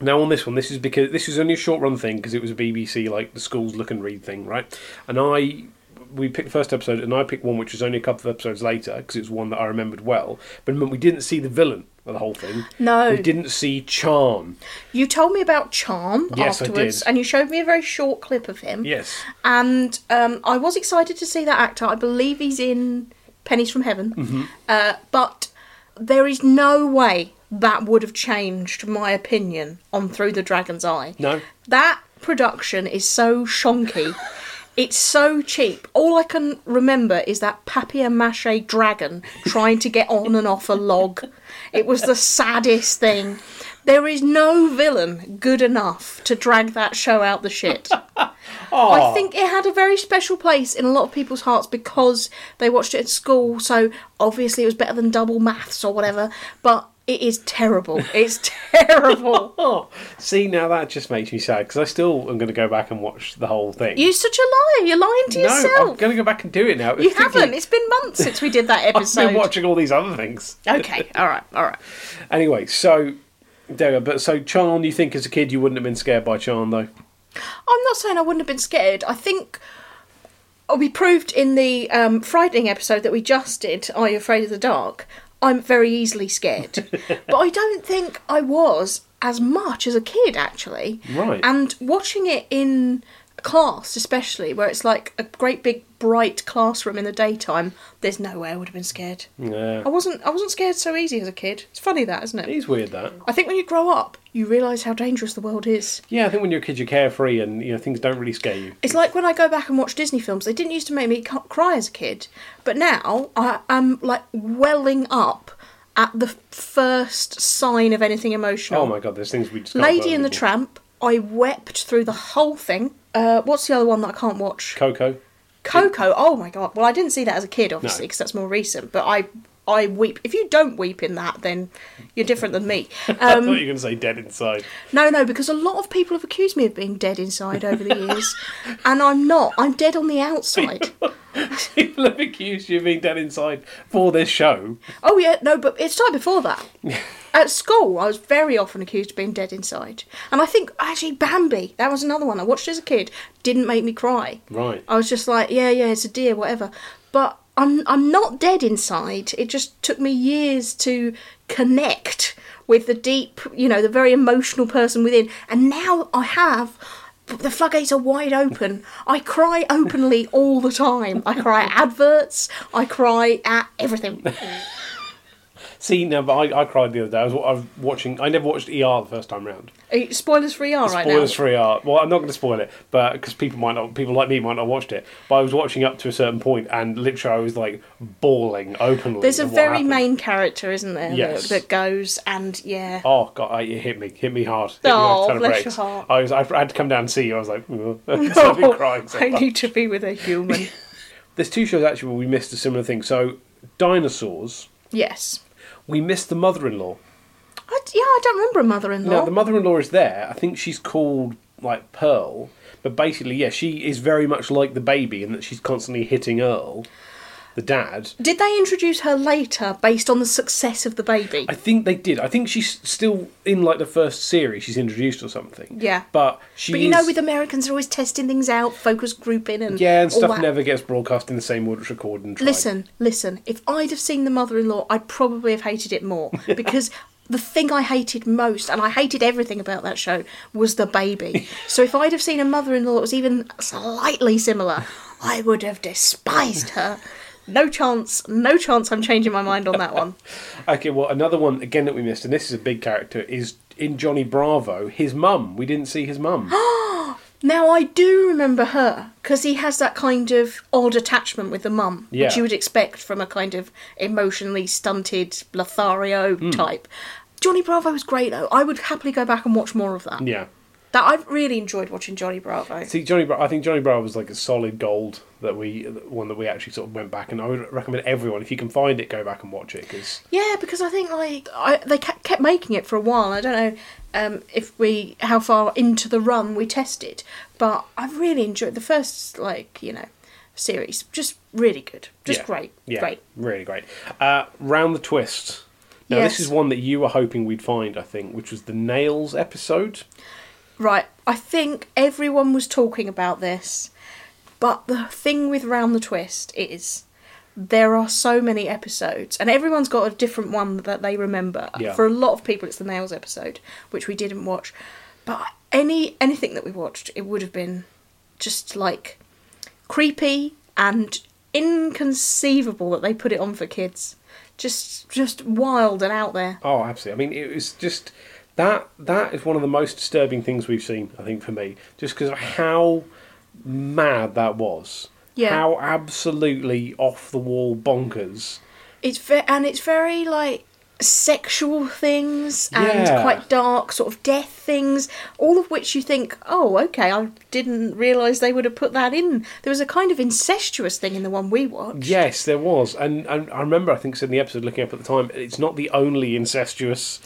Speaker 2: Now on this one, this is because this is only a short run thing because it was a BBC like the schools look and read thing, right? And I we picked the first episode, and I picked one which was only a couple of episodes later because it was one that I remembered well. But remember, we didn't see the villain of the whole thing.
Speaker 3: No.
Speaker 2: we didn't see Charm.
Speaker 3: You told me about Charm
Speaker 2: Yes, I
Speaker 3: afterwards,
Speaker 2: did.
Speaker 3: and you showed me a very short clip of him.
Speaker 2: Yes,
Speaker 3: And um, I was excited to see that actor. I believe he's in Pennies from Heaven. Uh, but there is no way that would have changed my opinion on Through the Dragon's Eye.
Speaker 2: No.
Speaker 3: That production is so shonky. It's so cheap. All I can remember is that papier mache dragon trying to get on and off a log. It was the saddest thing. There- There is no villain good enough to drag that show out the shit.
Speaker 2: Oh.
Speaker 3: I think it had a very special place in a lot of people's hearts because they watched it at school, so obviously it was better than double maths or whatever, but it is terrible. It's terrible.
Speaker 2: Oh, see, now that just makes me sad because I still am going to go back and watch the whole thing.
Speaker 3: You're such a liar. You're lying to
Speaker 2: no, I'm
Speaker 3: yourself.
Speaker 2: going to go back and do it now.
Speaker 3: you haven't. It's been months since we did that
Speaker 2: I've been
Speaker 3: episode.
Speaker 2: watching all these other things.
Speaker 3: okay, all right, all right.
Speaker 2: Anyway, so there. we go. But so Chan, you think as a kid you wouldn't have been scared by Chan though?
Speaker 3: I'm not saying I wouldn't have been scared. I think we proved in the um, frightening episode that we just did, Are You Afraid of the Dark? I'm very easily scared. but I don't think I was as much as a kid, actually.
Speaker 2: Right.
Speaker 3: And watching it in class, especially, where it's like a great big bright classroom in the daytime, there's no way I would have been scared.
Speaker 2: Yeah,
Speaker 3: I wasn't I wasn't scared so easy as a kid. It's funny that, isn't
Speaker 2: it
Speaker 3: it?
Speaker 2: is weird that.
Speaker 3: I think when you grow up, you realise how dangerous the world is.
Speaker 2: Yeah, I think when you're a kid you're carefree and you know things don't really scare you.
Speaker 3: It's like when I go back and watch Disney films. They didn't used to make me c- cry as a kid, but now I, I'm like welling up at the first sign of anything emotional.
Speaker 2: Oh my god, there's things we just. Can't
Speaker 3: Lady and the
Speaker 2: trap.
Speaker 3: Tramp. I wept through the whole thing. Uh, what's the other one that I can't watch?
Speaker 2: Coco.
Speaker 3: Coco. Oh my god. Well, I didn't see that as a kid, obviously, because that's more recent. But I, I weep. If you don't weep in that, then you're different than me.
Speaker 2: I
Speaker 3: Um,
Speaker 2: thought you were going to say dead inside.
Speaker 3: No, no, because a lot of people have accused me of being dead inside over the years, and I'm not. I'm dead on the outside.
Speaker 2: People have accused you of being dead inside for this show.
Speaker 3: Oh yeah, no, but it's time before that. At school, I was very often accused of being dead inside, and I think actually Bambi. That was another one I watched as a kid. Didn't make me cry.
Speaker 2: Right.
Speaker 3: I was just like, yeah, yeah, it's a deer, whatever. But I'm I'm not dead inside. It just took me years to connect with the deep, you know, the very emotional person within. And now I have the floodgates are wide open. I cry openly all the time. I cry at adverts. I cry at everything.
Speaker 2: See, now, but I, I cried the other day. I was, wa- I was watching. I never watched ER the first time round.
Speaker 3: Are you- Spoilers free are right now.
Speaker 2: Spoilers for ER. Well, I'm not going to spoil it, but because people might not, people like me might not have watched it. But I was watching up to a certain point, and literally, I was like bawling openly.
Speaker 3: There's a
Speaker 2: at what
Speaker 3: very
Speaker 2: happened.
Speaker 3: main character, isn't there? that-
Speaker 2: Yes.
Speaker 3: That, goes and yeah.
Speaker 2: Oh god, I, it hit me, hit me hard. Hit me
Speaker 3: Oh,
Speaker 2: like a ton of
Speaker 3: bless
Speaker 2: bricks.
Speaker 3: your heart.
Speaker 2: I was, I had to come down and see you. I was like, "Ugh." I've been crying. So
Speaker 3: I
Speaker 2: much.
Speaker 3: need to be with a human.
Speaker 2: There's two shows actually where we missed a similar thing. So, dinosaurs,
Speaker 3: yes.
Speaker 2: we missed the mother-in-law.
Speaker 3: I, yeah, I don't remember a mother-in-law.
Speaker 2: Now the mother-in-law is there. I think she's called like Pearl, but basically, yeah, she is very much like the baby in that she's constantly hitting Earl, the dad.
Speaker 3: Did they introduce her later based on the success of the baby?
Speaker 2: I think they did. I think she's still in like the first series. She's introduced or something.
Speaker 3: Yeah.
Speaker 2: but she.
Speaker 3: but you know,
Speaker 2: is-
Speaker 3: with Americans, they're always testing things out, focus grouping, and
Speaker 2: yeah, and
Speaker 3: all
Speaker 2: stuff
Speaker 3: that.
Speaker 2: never gets broadcast in the same order it's recorded and tried.
Speaker 3: Listen, listen. If I'd have seen the mother-in-law, I'd probably have hated it more because the thing I hated most, and I hated everything about that show, was the baby. so if I'd have seen a mother-in-law that was even slightly similar, I would have despised her. No chance, no chance. I'm changing my mind on that one.
Speaker 2: Okay, well, another one again that we missed, and this is a big character, is in Johnny Bravo, his mum. We didn't see his mum.
Speaker 3: Now I do remember her because he has that kind of odd attachment with the mum,
Speaker 2: Yeah.
Speaker 3: which you would expect from a kind of emotionally stunted Lothario
Speaker 2: Hmm.
Speaker 3: type. Johnny Bravo was great though. I would happily go back and watch more of that.
Speaker 2: yeah.
Speaker 3: That I've really enjoyed watching Johnny Bravo.
Speaker 2: See, Johnny, Bra- I think Johnny Bravo was like a solid gold that we, one that we actually sort of went back, and I would recommend everyone if you can find it, go back and watch it because
Speaker 3: Yeah, because I think like I, they ca- kept making it for a while. I don't know um, if we how far into the run we tested, but I really enjoyed the first like you know series. Just really good. Just great.
Speaker 2: yeah,
Speaker 3: Great.
Speaker 2: really great. Uh, Round the twist. Now,
Speaker 3: Yes.
Speaker 2: this is one that you were hoping we'd find, I think, which was the nails episode.
Speaker 3: Right, I think everyone was talking about this, but the thing with Round the Twist is there are so many episodes, and everyone's got a different one that they remember.
Speaker 2: Yeah.
Speaker 3: For a lot of people, it's the Nails episode, which we didn't watch. But any anything that we watched, it would have been just like creepy and inconceivable that they put it on for kids. Just just wild and out there.
Speaker 2: Oh, absolutely. I mean, it was just that. That is one of the most disturbing things we've seen. I think for me, just because of how mad that was.
Speaker 3: Yeah.
Speaker 2: How absolutely off the wall bonkers.
Speaker 3: It's ve- and it's very like sexual things and
Speaker 2: Yeah.
Speaker 3: quite dark sort of death things all of which you think oh okay i didn't realize they would have put that in there was a kind of incestuous thing in the one we watched
Speaker 2: Yes, there was, and, and I remember I think said in the episode looking up at the time. It's not the only incestuous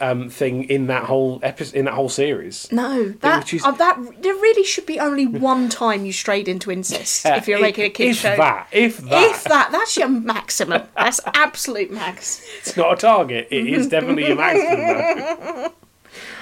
Speaker 2: um, thing in that whole episode in that whole series.
Speaker 3: no that
Speaker 2: which is-
Speaker 3: uh, that there really should be only one time you strayed into incest
Speaker 2: Uh,
Speaker 3: if you're
Speaker 2: if-
Speaker 3: making a kid
Speaker 2: if
Speaker 3: show
Speaker 2: that, if that,
Speaker 3: if that that's your maximum that's absolute max
Speaker 2: it's not a target. It is definitely an accident. though.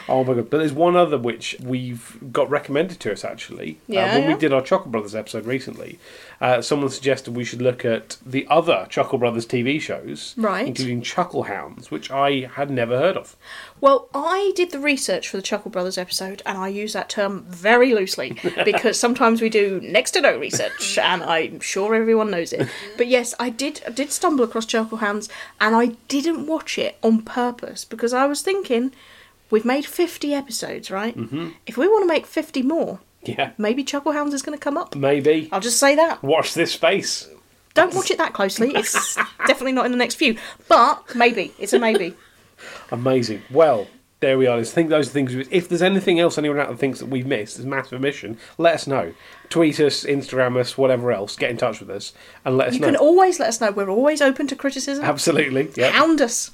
Speaker 2: oh my god! But there's one other which we've got recommended to us actually.
Speaker 3: Yeah,
Speaker 2: uh, when
Speaker 3: yeah.
Speaker 2: we did our Chocolate Brothers episode recently, uh, someone suggested we should look at the other Chuckle Brothers TV shows,
Speaker 3: Right.
Speaker 2: including Chuckle Hounds, which I had never heard of.
Speaker 3: Well, I did the research for the Chuckle Brothers episode, and I use that term very loosely because sometimes we do next to no research, and I'm sure everyone knows it. But yes, I did I did stumble across Chuckle Hounds, and I didn't watch it on purpose because I was thinking, we've made 50 episodes, right? Mm-hmm. If we want to make 50 more,
Speaker 2: Yeah,
Speaker 3: maybe Chuckle Hounds is going to come up.
Speaker 2: maybe.
Speaker 3: I'll just say that.
Speaker 2: Watch this space.
Speaker 3: Don't watch it that closely. It's definitely not in the next few, but maybe it's a maybe.
Speaker 2: Amazing. Well, there we are. Let's think those things. If there's anything else anyone out there thinks that we've missed, there's massive omission, let us know. Tweet us, Instagram us, whatever else. Get in touch with us and let us
Speaker 3: You
Speaker 2: know.
Speaker 3: can always let us know. We're always open to criticism.
Speaker 2: Absolutely. Yeah.
Speaker 3: Hound us.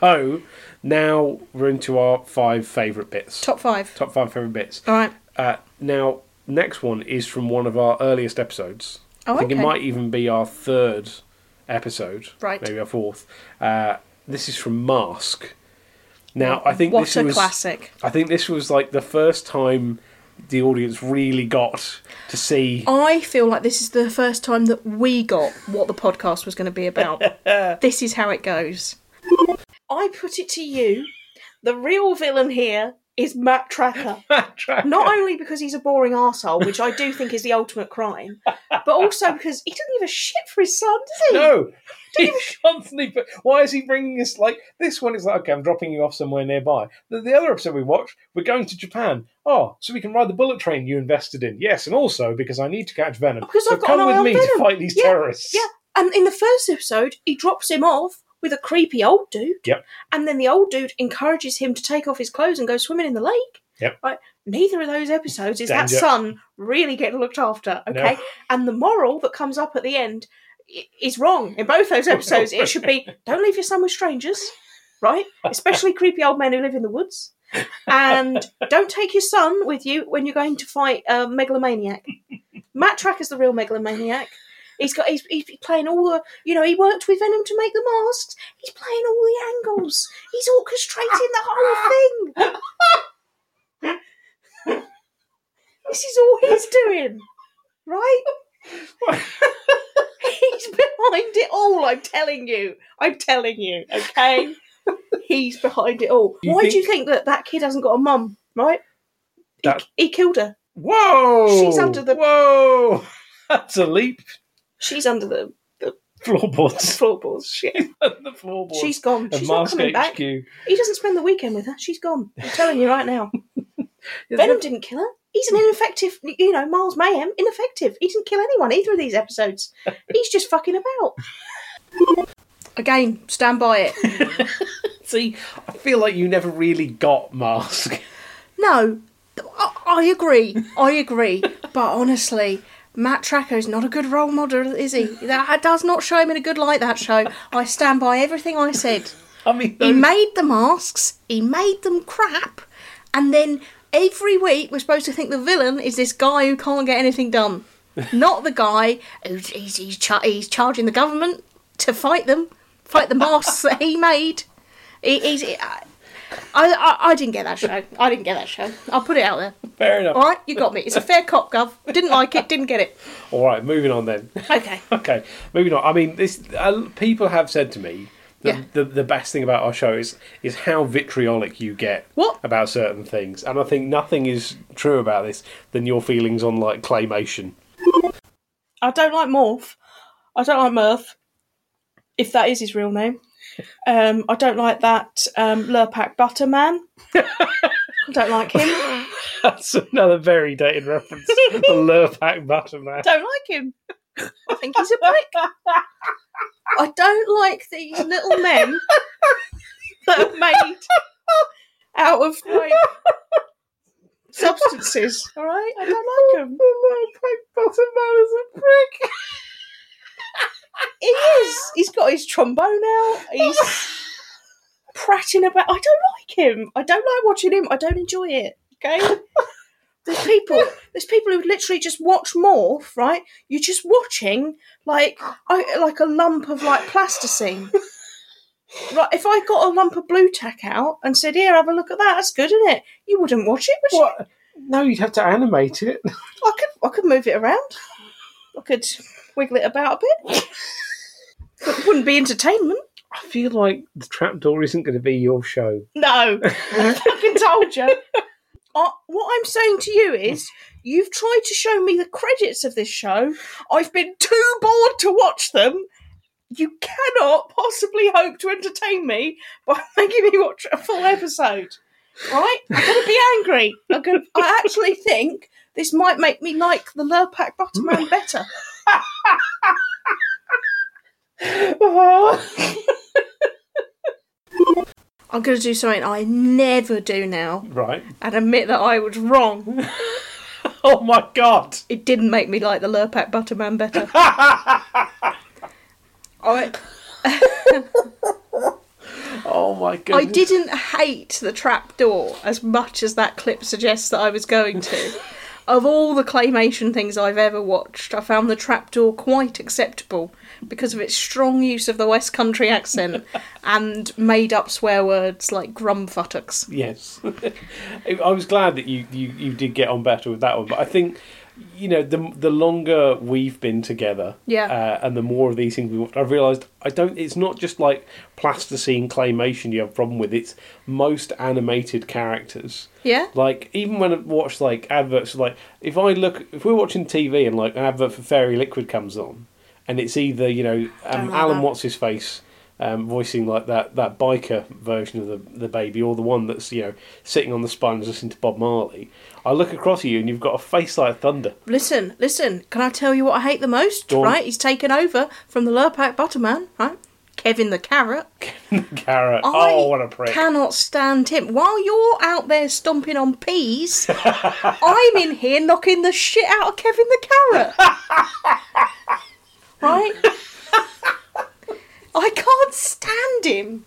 Speaker 2: So now we're into our five favourite bits.
Speaker 3: Top five.
Speaker 2: Top five favourite bits.
Speaker 3: All right.
Speaker 2: Uh, now, next one is from one of our earliest episodes.
Speaker 3: Oh,
Speaker 2: I think
Speaker 3: okay.
Speaker 2: it might even be our third episode,
Speaker 3: Right.
Speaker 2: Maybe our fourth. Uh, this is from Mask. Now, I think
Speaker 3: What
Speaker 2: this
Speaker 3: a
Speaker 2: was
Speaker 3: classic.
Speaker 2: I think this was like the first time the audience really got to see.
Speaker 3: I feel like this is the first time that we got what the podcast was going to be about. this is how it goes. I put it to you the real villain here is Matt Tracker. Not only because he's a boring arsehole, which I do think is the ultimate crime, but also because he doesn't give a shit for his son, does he?
Speaker 2: No, he's constantly. But why is he bringing us like this one? Is like okay, I'm dropping you off somewhere nearby. The, the other episode we watched, we're going to Japan. Oh, so we can ride the bullet train you invested in. Yes, and also because I need to catch Venom.
Speaker 3: Because
Speaker 2: so
Speaker 3: I've got
Speaker 2: come
Speaker 3: an eye
Speaker 2: with
Speaker 3: on
Speaker 2: me to
Speaker 3: Venom.
Speaker 2: fight these
Speaker 3: Yeah,
Speaker 2: terrorists.
Speaker 3: Yeah, and in the first episode, he drops him off with a creepy old dude.
Speaker 2: Yep.
Speaker 3: And then the old dude encourages him to take off his clothes and go swimming in the lake.
Speaker 2: Yep.
Speaker 3: Like, neither of those episodes is that
Speaker 2: Danger.
Speaker 3: son really getting looked after.
Speaker 2: No.
Speaker 3: Okay. And the moral that comes up at the end i- is wrong in both those episodes. it should be don't leave your son with strangers, right? Especially creepy old men who live in the woods. And don't take your son with you when you're going to fight a megalomaniac. Matt Tracker's the real megalomaniac. He's got he's, he's playing all the you know he worked with Venom to make the masks. He's playing all the angles. He's orchestrating the whole thing. this is all he's doing, right? he's behind it all. I'm telling you. I'm telling you. Okay, he's behind it all.
Speaker 2: You
Speaker 3: Why
Speaker 2: think-
Speaker 3: do you think that that kid hasn't got a mum? Right? He-
Speaker 2: That-
Speaker 3: he killed her.
Speaker 2: Whoa!
Speaker 3: She's under the-
Speaker 2: Whoa! That's a leap.
Speaker 3: She's under the
Speaker 2: Floorboards.
Speaker 3: floorboards. She-
Speaker 2: the floorboards.
Speaker 3: She's gone.
Speaker 2: and
Speaker 3: She's not
Speaker 2: Mask
Speaker 3: coming back.
Speaker 2: HQ. Yeah,
Speaker 3: He doesn't spend the weekend with her. She's gone. I'm telling you right now.
Speaker 2: they're-
Speaker 3: Venom didn't kill her. He's an ineffective, you know, Miles Mayhem, ineffective. He didn't kill anyone either of these episodes. He's just fucking about. Again, stand by it.
Speaker 2: See, I feel like you never really got Mask.
Speaker 3: No, I, I agree. I agree. But honestly, Matt Tracker is not a good role model, is he? That does not show him in a good light, that show. I stand by everything I said.
Speaker 2: I mean,
Speaker 3: He
Speaker 2: those-
Speaker 3: made the masks, he made them crap, and then every week we're supposed to think the villain is this guy who can't get anything done. Not the guy who's he's, he's, cha- he's charging the government to fight them, fight the masks that he made. He, he's, I, I, I didn't get that show. I didn't get that show. I'll put it out there.
Speaker 2: fair enough.
Speaker 3: All right, you got me. It's a fair cop, Gov. Didn't like it, didn't get it.
Speaker 2: All right, moving on then.
Speaker 3: Okay.
Speaker 2: okay, moving on. I mean, this uh, people have said to me that
Speaker 3: Yeah.
Speaker 2: the, the best thing about our show is is how vitriolic you get
Speaker 3: What?
Speaker 2: about certain things, and I think nothing is true about this than your feelings on like claymation.
Speaker 3: I don't like Morph. I don't like Murph, if that is his real name. Um, I don't like that um, Lurpak Butterman. I don't like him.
Speaker 2: That's another very dated reference. the Lurpak Butterman.
Speaker 3: Don't like him. I think he's a prick. I don't like these little men that are made out of like substances. All right, I
Speaker 2: Oh,
Speaker 3: don't like them.
Speaker 2: bottom man is a prick.
Speaker 3: He is. He's got his trombone out. He's prattling about. I don't like him. I don't like watching him. I don't enjoy it. Okay. There's people. There's people who literally just watch morph. Right. You're just watching like I, like a lump of like plasticine. Right. If I got a lump of blue tack out and said, "Here, have a look at that. That's good, isn't it?" You wouldn't watch it, would you?
Speaker 2: What? No, you'd have to animate it.
Speaker 3: I could I could move it around. I could wiggle it about a bit. But it wouldn't be entertainment.
Speaker 2: I feel like the trapdoor isn't going to be your show.
Speaker 3: No, I fucking told you. I, what I'm saying to you is, you've tried to show me the credits of this show. I've been too bored to watch them. You cannot possibly hope to entertain me by making me watch a full episode. Right? I'm going to be angry. I'm gonna, I actually think this might make me like the Lurpak Butterman better. Oh. I'm going to do something I never do now
Speaker 2: Right.
Speaker 3: and admit that I was wrong.
Speaker 2: Oh my god.
Speaker 3: It didn't make me like the Lurpak Butterman better. I,
Speaker 2: Oh my god.
Speaker 3: I didn't hate the trapdoor as much as that clip suggests that I was going to. Of all the claymation things I've ever watched, I found the trapdoor quite acceptable because of its strong use of the West Country accent and made up swear words like grumfuttocks.
Speaker 2: Yes, I was glad that you, you you did get on better with that one, but I think you know the the longer we've been together,
Speaker 3: Yeah.
Speaker 2: uh, and the more of these things we watched, I've realised I don't. It's not just like plasticine claymation you have a problem with. It's most animated characters.
Speaker 3: Yeah?
Speaker 2: Like even when I watch like adverts, like if I look, if we're watching TV and like an advert for Fairy Liquid comes on, and it's either you know um,
Speaker 3: like
Speaker 2: Alan
Speaker 3: that.
Speaker 2: what's his face um, voicing like that that biker version of the the baby, or the one that's you know sitting on the sponge listening to Bob Marley. I look across at you and you've got a face like thunder.
Speaker 3: Listen, listen, can I tell you what I hate the most?
Speaker 2: Go on.
Speaker 3: Right? He's taken over from the Lurpak Butterman, right? Kevin the Carrot.
Speaker 2: Carrot.
Speaker 3: I
Speaker 2: oh, what a prick!
Speaker 3: cannot stand him. While you're out there stomping on peas, I'm in here knocking the shit out of Kevin the Carrot. right? I can't stand him.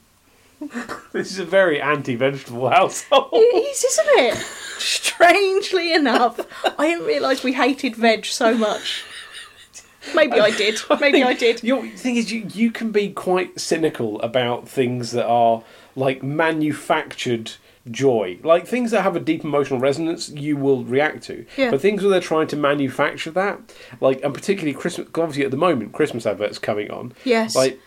Speaker 2: This is a very anti-vegetable household.
Speaker 3: It is, isn't it? Strangely enough, I didn't realise we hated veg so much. Maybe I did. Maybe I did.
Speaker 2: Your the thing is, you, you can be quite cynical about things that are like manufactured joy, like things that have a deep emotional resonance. You will react to,
Speaker 3: Yeah.
Speaker 2: but things where they're trying to manufacture that, like and particularly Christmas. 'cause Obviously, at the moment, Christmas adverts coming on.
Speaker 3: Yes.
Speaker 2: like.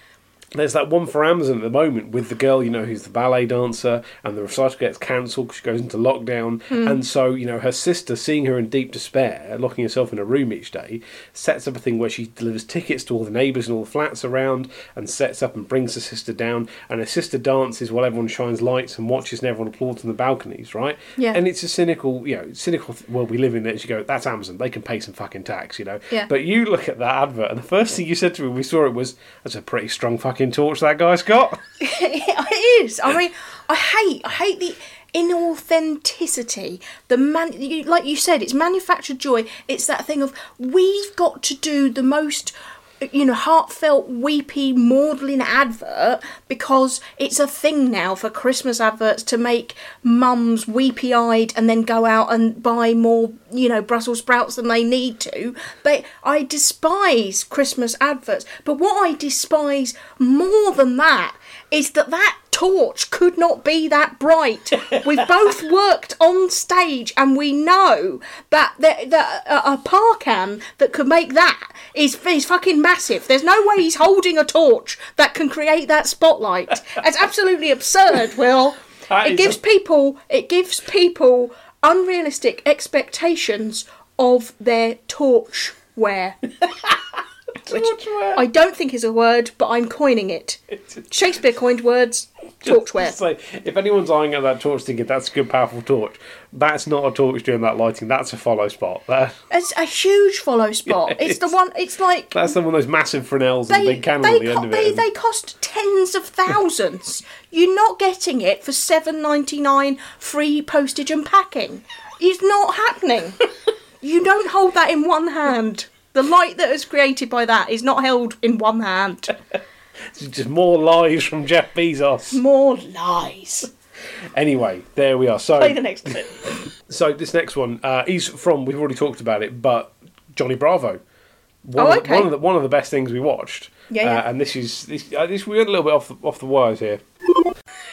Speaker 2: There's that one for Amazon at the moment with the girl, you know, who's the ballet dancer, and the recital gets cancelled because she goes into lockdown. And so, you know, her sister, seeing her in deep despair, locking herself in a room each day, sets up a thing where she delivers tickets to all the neighbours and all the flats around and sets up and brings her sister down. And her sister dances while everyone shines lights and watches and everyone applauds on the balconies, right?
Speaker 3: Yeah.
Speaker 2: And it's a cynical, you know, cynical th- world we live in that you go, that's Amazon, they can pay some fucking tax, you know.
Speaker 3: Yeah.
Speaker 2: But you look at that advert, and the first thing you said to me when we saw it was, "That's a pretty strong fucking torch that guy's got."
Speaker 3: it is. I mean, I hate, I hate the inauthenticity. The man, you, like you said, it's manufactured joy. It's that thing of we've got to do the most, you know, heartfelt, weepy, maudlin advert because it's a thing now for Christmas adverts to make mums weepy-eyed and then go out and buy more, you know, Brussels sprouts than they need to. They, I despise Christmas adverts, but what I despise more than that is that that torch could not be that bright. We've both worked on stage and we know that the, the, a, a parkan that could make that is, is fucking massive. There's no way he's holding a torch that can create that spotlight. It's absolutely absurd, Will.
Speaker 2: That
Speaker 3: it
Speaker 2: is
Speaker 3: gives
Speaker 2: a-
Speaker 3: people it gives people unrealistic expectations of their torch wear. Which I don't think is a word, but I'm coining it. Shakespeare coined words. Torchwear.
Speaker 2: It's like, if anyone's eyeing at that torch thinking that's a good powerful torch, that's not a torch doing that lighting. That's a follow spot. That,
Speaker 3: It's a huge follow spot.
Speaker 2: Yeah,
Speaker 3: it's, the
Speaker 2: it's-
Speaker 3: one. It's like
Speaker 2: that's the one of those massive fresnels and
Speaker 3: they
Speaker 2: a big candle at
Speaker 3: they
Speaker 2: the
Speaker 3: co-
Speaker 2: end of
Speaker 3: they,
Speaker 2: it.
Speaker 3: they cost tens of thousands. You're not getting it for seven ninety nine, free postage and packing. It's not happening. you don't hold that in one hand. The light that is created by that is not held in one hand.
Speaker 2: It's just more lies from Jeff Bezos.
Speaker 3: More lies.
Speaker 2: Anyway, there we are. So
Speaker 3: Play the next bit.
Speaker 2: So this next one uh, is from we've already talked about it, but Johnny Bravo. One
Speaker 3: Oh,
Speaker 2: of the-
Speaker 3: okay.
Speaker 2: one of the one of the best things we watched.
Speaker 3: Yeah,
Speaker 2: Uh,
Speaker 3: yeah.
Speaker 2: and this is this, uh, this we went a little bit off the, off the wires here.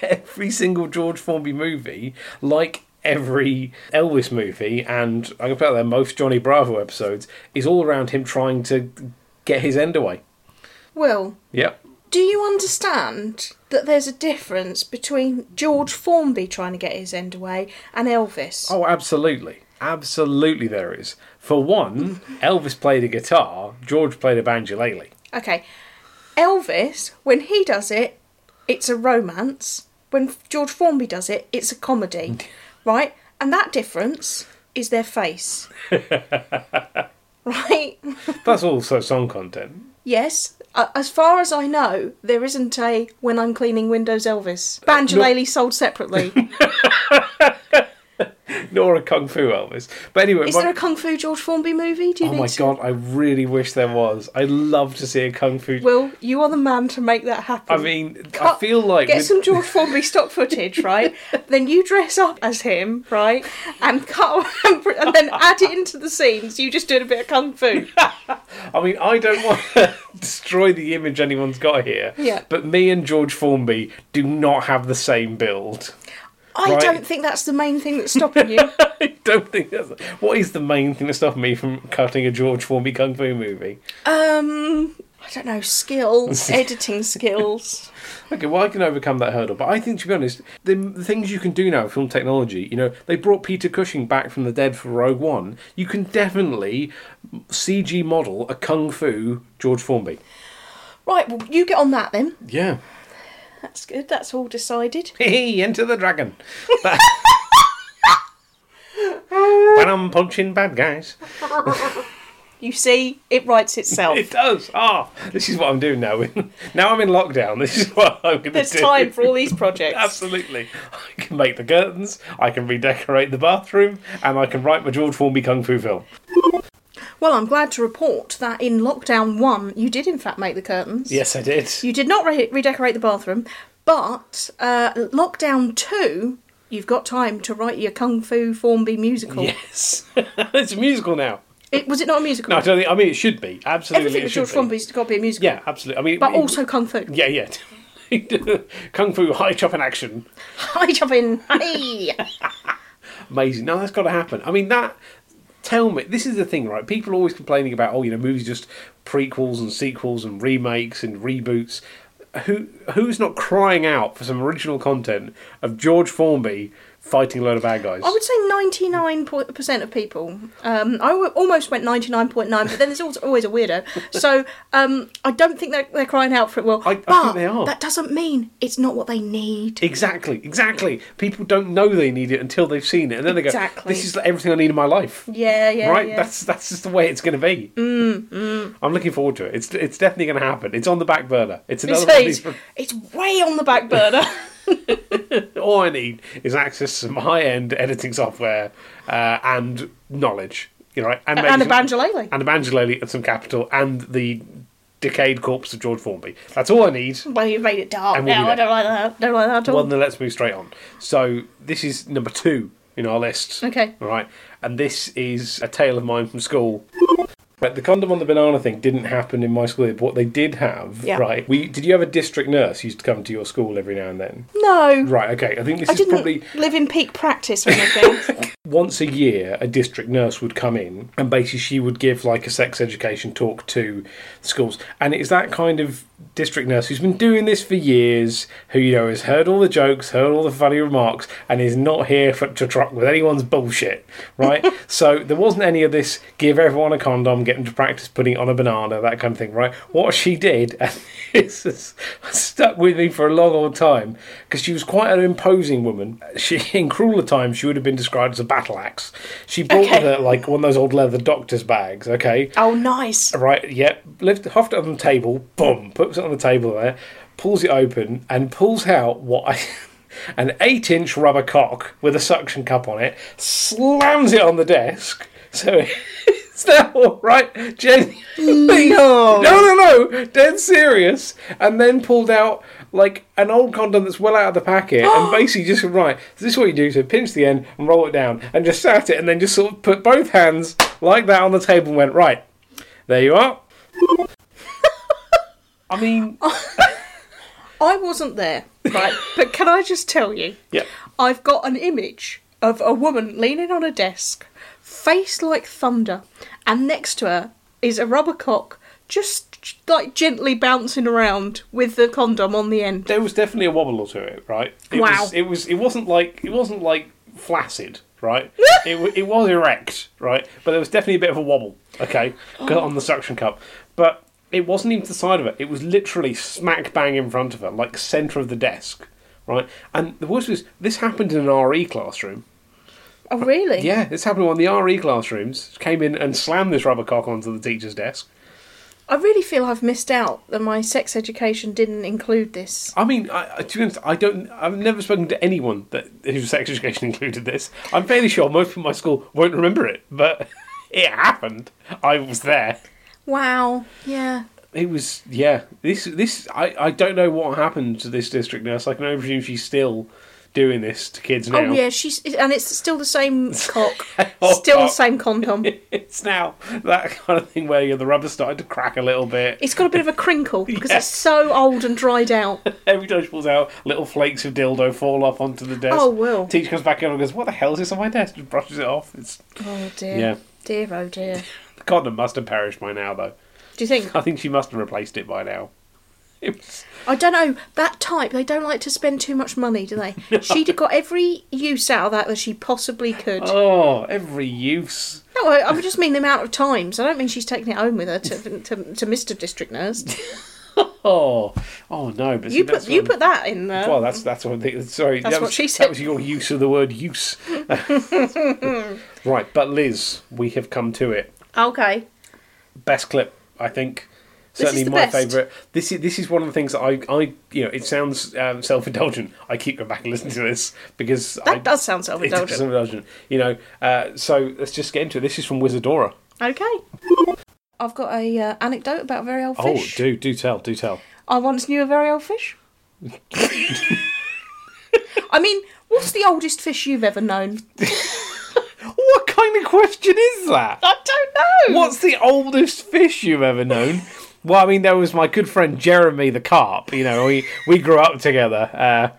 Speaker 2: every single George Formby movie, like every Elvis movie, and I can put out there most Johnny Bravo episodes, is all around him trying to get his end away.
Speaker 3: Will,
Speaker 2: Yep.
Speaker 3: do you understand that there's a difference between George Formby trying to get his end away and Elvis?
Speaker 2: Oh, absolutely. Absolutely, there is. For one, Elvis played a guitar, George played a banjolele.
Speaker 3: Okay. Elvis, when he does it, it's a romance. When George Formby does it, it's a comedy. right? And that difference is their face. right?
Speaker 2: That's also song content.
Speaker 3: Yes. Uh, as far as I know, there isn't a when I'm cleaning windows Elvis. Banjolele sold separately.
Speaker 2: nor a kung fu Elvis. But anyway,
Speaker 3: is
Speaker 2: my,
Speaker 3: there a Kung Fu George Formby movie? Do you
Speaker 2: oh
Speaker 3: need
Speaker 2: my
Speaker 3: to?
Speaker 2: god, I really wish there was. I'd love to see a kung fu.
Speaker 3: Will, you are the man to make that happen.
Speaker 2: I mean, I
Speaker 3: Cut-
Speaker 2: feel like
Speaker 3: get
Speaker 2: with-
Speaker 3: some George Formby stock footage, right? then you dress up as him, right, and cut and, pr- and then add it into the scenes. You just doing a bit of kung fu.
Speaker 2: I mean, I don't want to destroy the image anyone's got here.
Speaker 3: Yeah.
Speaker 2: But me and George Formby do not have the same build.
Speaker 3: I
Speaker 2: Right.
Speaker 3: don't think that's the main thing that's stopping you.
Speaker 2: I don't think that's what is the main thing that's stopping me from cutting a George Formby kung fu movie.
Speaker 3: Um, I don't know skills, editing skills.
Speaker 2: Okay, well, I can overcome that hurdle. But I think, to be honest, the, the things you can do now with film technology, you know, they brought Peter Cushing back from the dead for Rogue One. You can definitely CG model a kung fu George Formby.
Speaker 3: Right, well, you get on that then.
Speaker 2: Yeah.
Speaker 3: That's good. That's all decided.
Speaker 2: Hey, enter the dragon. when I'm punching bad guys.
Speaker 3: You see, it writes itself.
Speaker 2: It does. Ah, this is what I'm doing now. now I'm in lockdown. This is what I'm going to do.
Speaker 3: There's time for all these projects.
Speaker 2: Absolutely. I can make the curtains, I can redecorate the bathroom, and I can write my George Formby Kung Fu film.
Speaker 3: Well, I'm glad to report that in lockdown one, you did in fact make the curtains.
Speaker 2: Yes, I did.
Speaker 3: You did not re- redecorate the bathroom, but uh, lockdown two, you've got time to write your kung fu Formby musical.
Speaker 2: Yes. it's a musical now.
Speaker 3: It, was it not a musical?
Speaker 2: No, I don't think, I mean, it should be. Absolutely.
Speaker 3: Everything
Speaker 2: it
Speaker 3: with
Speaker 2: should
Speaker 3: George
Speaker 2: be.
Speaker 3: Formby's got to be a musical.
Speaker 2: Yeah, absolutely. I mean,
Speaker 3: But
Speaker 2: it-
Speaker 3: also kung fu.
Speaker 2: Yeah, yeah. Kung Fu high chop in action.
Speaker 3: Hi, Chopin. Hey.
Speaker 2: Amazing. No, that's got to happen. I mean, that. Tell me, this is the thing, right? People are always complaining about, oh, you know, movies just prequels and sequels and remakes and reboots. Who who's not crying out for some original content of George Formby fighting a load of bad guys?
Speaker 3: I would say 99% of people. Um, I w- almost went 99.9, but then there's always, always a weirdo. So um, I don't think they're, they're crying out for it. Well,
Speaker 2: I think
Speaker 3: but
Speaker 2: they are.
Speaker 3: that doesn't mean it's not what they need.
Speaker 2: Exactly, exactly. People don't know they need it until they've seen it, and then they go,
Speaker 3: Exactly.
Speaker 2: "This is everything I need in my life."
Speaker 3: yeah, yeah,
Speaker 2: right.
Speaker 3: yeah.
Speaker 2: That's that's just the way it's going to be. Mm, I'm looking forward to it. It's it's definitely going to happen. It's on the back burner. It's another one. of
Speaker 3: it's,
Speaker 2: these-
Speaker 3: it's way on the back burner.
Speaker 2: All I need is access to some high end editing software uh, and knowledge. You know, right? and,
Speaker 3: and a
Speaker 2: maybe some-
Speaker 3: banjolele.
Speaker 2: and a banjolele and some capital and the decayed corpse of George Formby. That's all I need.
Speaker 3: Well, you made it dark
Speaker 2: And we'll
Speaker 3: now.
Speaker 2: be
Speaker 3: I don't like that. Don't like that at all.
Speaker 2: Well, then let's move straight on. So this is number two in our list.
Speaker 3: Okay.
Speaker 2: All right, and this is a tale of mine from school. Right, the condom on the banana thing didn't happen in my school, but what they did have,
Speaker 3: Yeah.
Speaker 2: right? We did you have a district nurse who used to come to your school every now and then?
Speaker 3: no,
Speaker 2: Right, okay. I think this
Speaker 3: I
Speaker 2: is
Speaker 3: didn't
Speaker 2: probably
Speaker 3: live in peak practice or anything.
Speaker 2: once a year a district nurse would come in and basically she would give like a sex education talk to schools and it's that kind of district nurse who's been doing this for years who you know has heard all the jokes heard all the funny remarks and is not here for, to truck with anyone's bullshit right so there wasn't any of this give everyone a condom get them to practice putting it on a banana that kind of thing right what she did and this has stuck with me for a long old time because she was quite an imposing woman she in crueler times she would have been described as a battle axe she brought
Speaker 3: Okay.
Speaker 2: with her like one of those old leather doctor's bags okay
Speaker 3: Oh, nice.
Speaker 2: Right, yep. Lift, huffed it on the table, boom, puts it on the table there, pulls it open, and pulls out what I. an 8 inch rubber cock with a suction cup on it, slams it on the desk, so it's now, all right, Jen. No,
Speaker 3: No.
Speaker 2: no, no, dead serious. And then pulled out like an old condom that's well out of the packet, and basically just right. This is what you do: so pinch the end and roll it down, and just sat it, and then just sort of put both hands like that on the table and went right. There you are. I mean,
Speaker 3: I wasn't there, right? but can I just tell you?
Speaker 2: yeah,
Speaker 3: I've got an image of a woman leaning on a desk, face like thunder, and next to her is a rubber cock just like gently bouncing around with the condom on the end.
Speaker 2: there was definitely a wobble or two it, right? It
Speaker 3: Wow.
Speaker 2: Was, it was. It wasn't like. It wasn't like flaccid. Right, it, w- it was erect, right, but there was definitely a bit of a wobble, okay, 'cause- on the suction cup. But it wasn't even to the side of it; it was literally smack bang in front of her, like centre of the desk, right. And the worst was this happened in an RE classroom.
Speaker 3: Oh, really?
Speaker 2: Yeah, this happened in one of the RE classrooms. Came in and slammed this rubber cock onto the teacher's desk.
Speaker 3: I really feel I've missed out that my sex education didn't include this.
Speaker 2: I mean, I, I- to be honest, I don't. I've never spoken to anyone that whose sex education included this. I'm fairly sure most people in my school won't remember it, but it happened. I was there.
Speaker 3: Wow. Yeah.
Speaker 2: It was yeah. This this I, I don't know what happened to this district nurse. I can only presume she's still doing this to kids now.
Speaker 3: Oh, yeah. She's and it's still the same cock,
Speaker 2: Oh,
Speaker 3: still the
Speaker 2: cock.
Speaker 3: same condom.
Speaker 2: It's now that kind of thing where you know, the rubber started to crack a little bit.
Speaker 3: It's got a bit of a crinkle because
Speaker 2: Yes.
Speaker 3: it's so old and dried out.
Speaker 2: Every time she pulls out, little flakes of dildo fall off onto the desk.
Speaker 3: Oh, well.
Speaker 2: Teacher comes back in and goes, "What the hell is this on my desk?" Just brushes it off. It's
Speaker 3: Oh dear.
Speaker 2: Yeah.
Speaker 3: Dear oh dear.
Speaker 2: The condom must have perished by now, though.
Speaker 3: Do you think?
Speaker 2: I think she must have replaced it by now. It was,
Speaker 3: I don't know. That type, they don't like to spend too much money, do they? She'd have got every use out of that that she possibly could.
Speaker 2: oh, every use.
Speaker 3: No, I, I just mean the amount of times. I don't mean she's taking it home with her to to, to Mr. District Nurse.
Speaker 2: Oh, oh no! But see,
Speaker 3: You put
Speaker 2: that's
Speaker 3: you
Speaker 2: what-
Speaker 3: put that in there.
Speaker 2: Well, that's that's what. They, sorry,
Speaker 3: That's
Speaker 2: that was,
Speaker 3: what she
Speaker 2: That
Speaker 3: said.
Speaker 2: was your use of the word use. right, but Liz, we have come to it.
Speaker 3: okay.
Speaker 2: Best clip, I think.
Speaker 3: This is
Speaker 2: Certainly
Speaker 3: the
Speaker 2: my
Speaker 3: best.
Speaker 2: favourite. This is this is one of the things that I, I you know, it sounds um, self indulgent. I keep going back and listening to this because
Speaker 3: That
Speaker 2: I,
Speaker 3: does sound
Speaker 2: it does
Speaker 3: self-indulgent.
Speaker 2: sound indulgent. You know, uh, so let's just get into it. This is from Wizardora.
Speaker 3: Okay. I've got a uh, anecdote about a very old
Speaker 2: Oh,
Speaker 3: fish.
Speaker 2: do do tell, do tell.
Speaker 3: I once knew a very old fish. I mean, what's the oldest fish you've ever known?
Speaker 2: What kind of question is that?
Speaker 3: I don't know.
Speaker 2: What's the oldest fish you've ever known? Well, I mean, there was my good friend Jeremy the carp. You know, we we grew up together. Uh,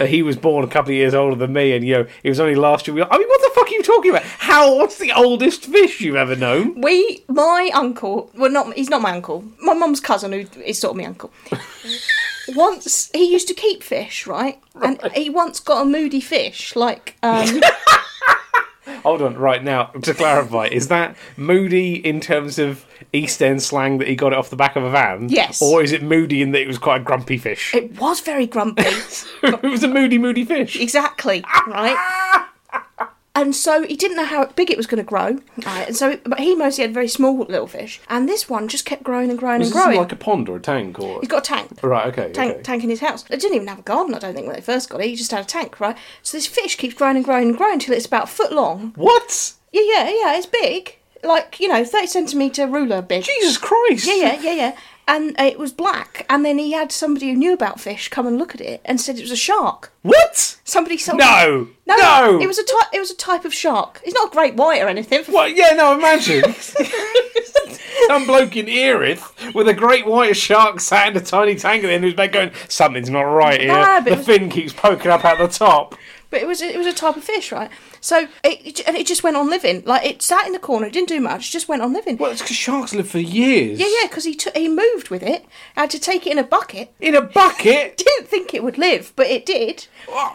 Speaker 2: uh, he was born a couple of years older than me, and you know, it was only last year. We, I mean, what the fuck are you talking about? How? What's the oldest fish you've ever known?
Speaker 3: We, my uncle, well, not he's not my uncle. My mum's cousin, who is sort of my uncle. once he used to keep fish, right? And he once got a moody fish, like um,
Speaker 2: Hold on, right now to clarify, is that moody in terms of East End slang that he got it off the back of a van?
Speaker 3: Yes.
Speaker 2: Or is it moody in that it was quite a grumpy fish?
Speaker 3: it was very grumpy.
Speaker 2: it was a moody, moody fish.
Speaker 3: exactly, right? And so he didn't know how big it was going to grow, right? and so but he mostly had very small little fish, and this one just kept growing and growing
Speaker 2: Is
Speaker 3: and
Speaker 2: this in,
Speaker 3: growing.
Speaker 2: like a pond or a tank or?
Speaker 3: He's got a tank.
Speaker 2: Right. Okay.
Speaker 3: tank,
Speaker 2: okay.
Speaker 3: tank in his house. It didn't even have a garden, I don't think, when they first got it. He just had a tank, right? So this fish keeps growing and growing and growing until it's about a foot long.
Speaker 2: What?
Speaker 3: Yeah, yeah, yeah, it's big. Like, you know, 30 centimetre ruler big.
Speaker 2: Jesus Christ!
Speaker 3: Yeah, yeah, yeah, yeah. And it was black. And then he had somebody who knew about fish come and look at it and said it was a shark.
Speaker 2: What?
Speaker 3: Somebody sold
Speaker 2: No!
Speaker 3: No!
Speaker 2: No!
Speaker 3: It was a type. It was a type of shark. It's not a great white or anything. for
Speaker 2: What? Yeah. No. Imagine some bloke in Erith with a great white shark sat in a tiny tank at the end of his bed, going, "Something's not right here.
Speaker 3: No, but
Speaker 2: the
Speaker 3: it was-
Speaker 2: fin keeps poking up at the top."
Speaker 3: But it was it was a type of fish, right? So it and it just went on living. Like it sat in the corner, it didn't do much, just went on living.
Speaker 2: Well, it's because sharks live for years.
Speaker 3: Yeah, yeah, because he took he moved with it, had to take it in a bucket.
Speaker 2: In a bucket?
Speaker 3: Didn't think it would live, but it did.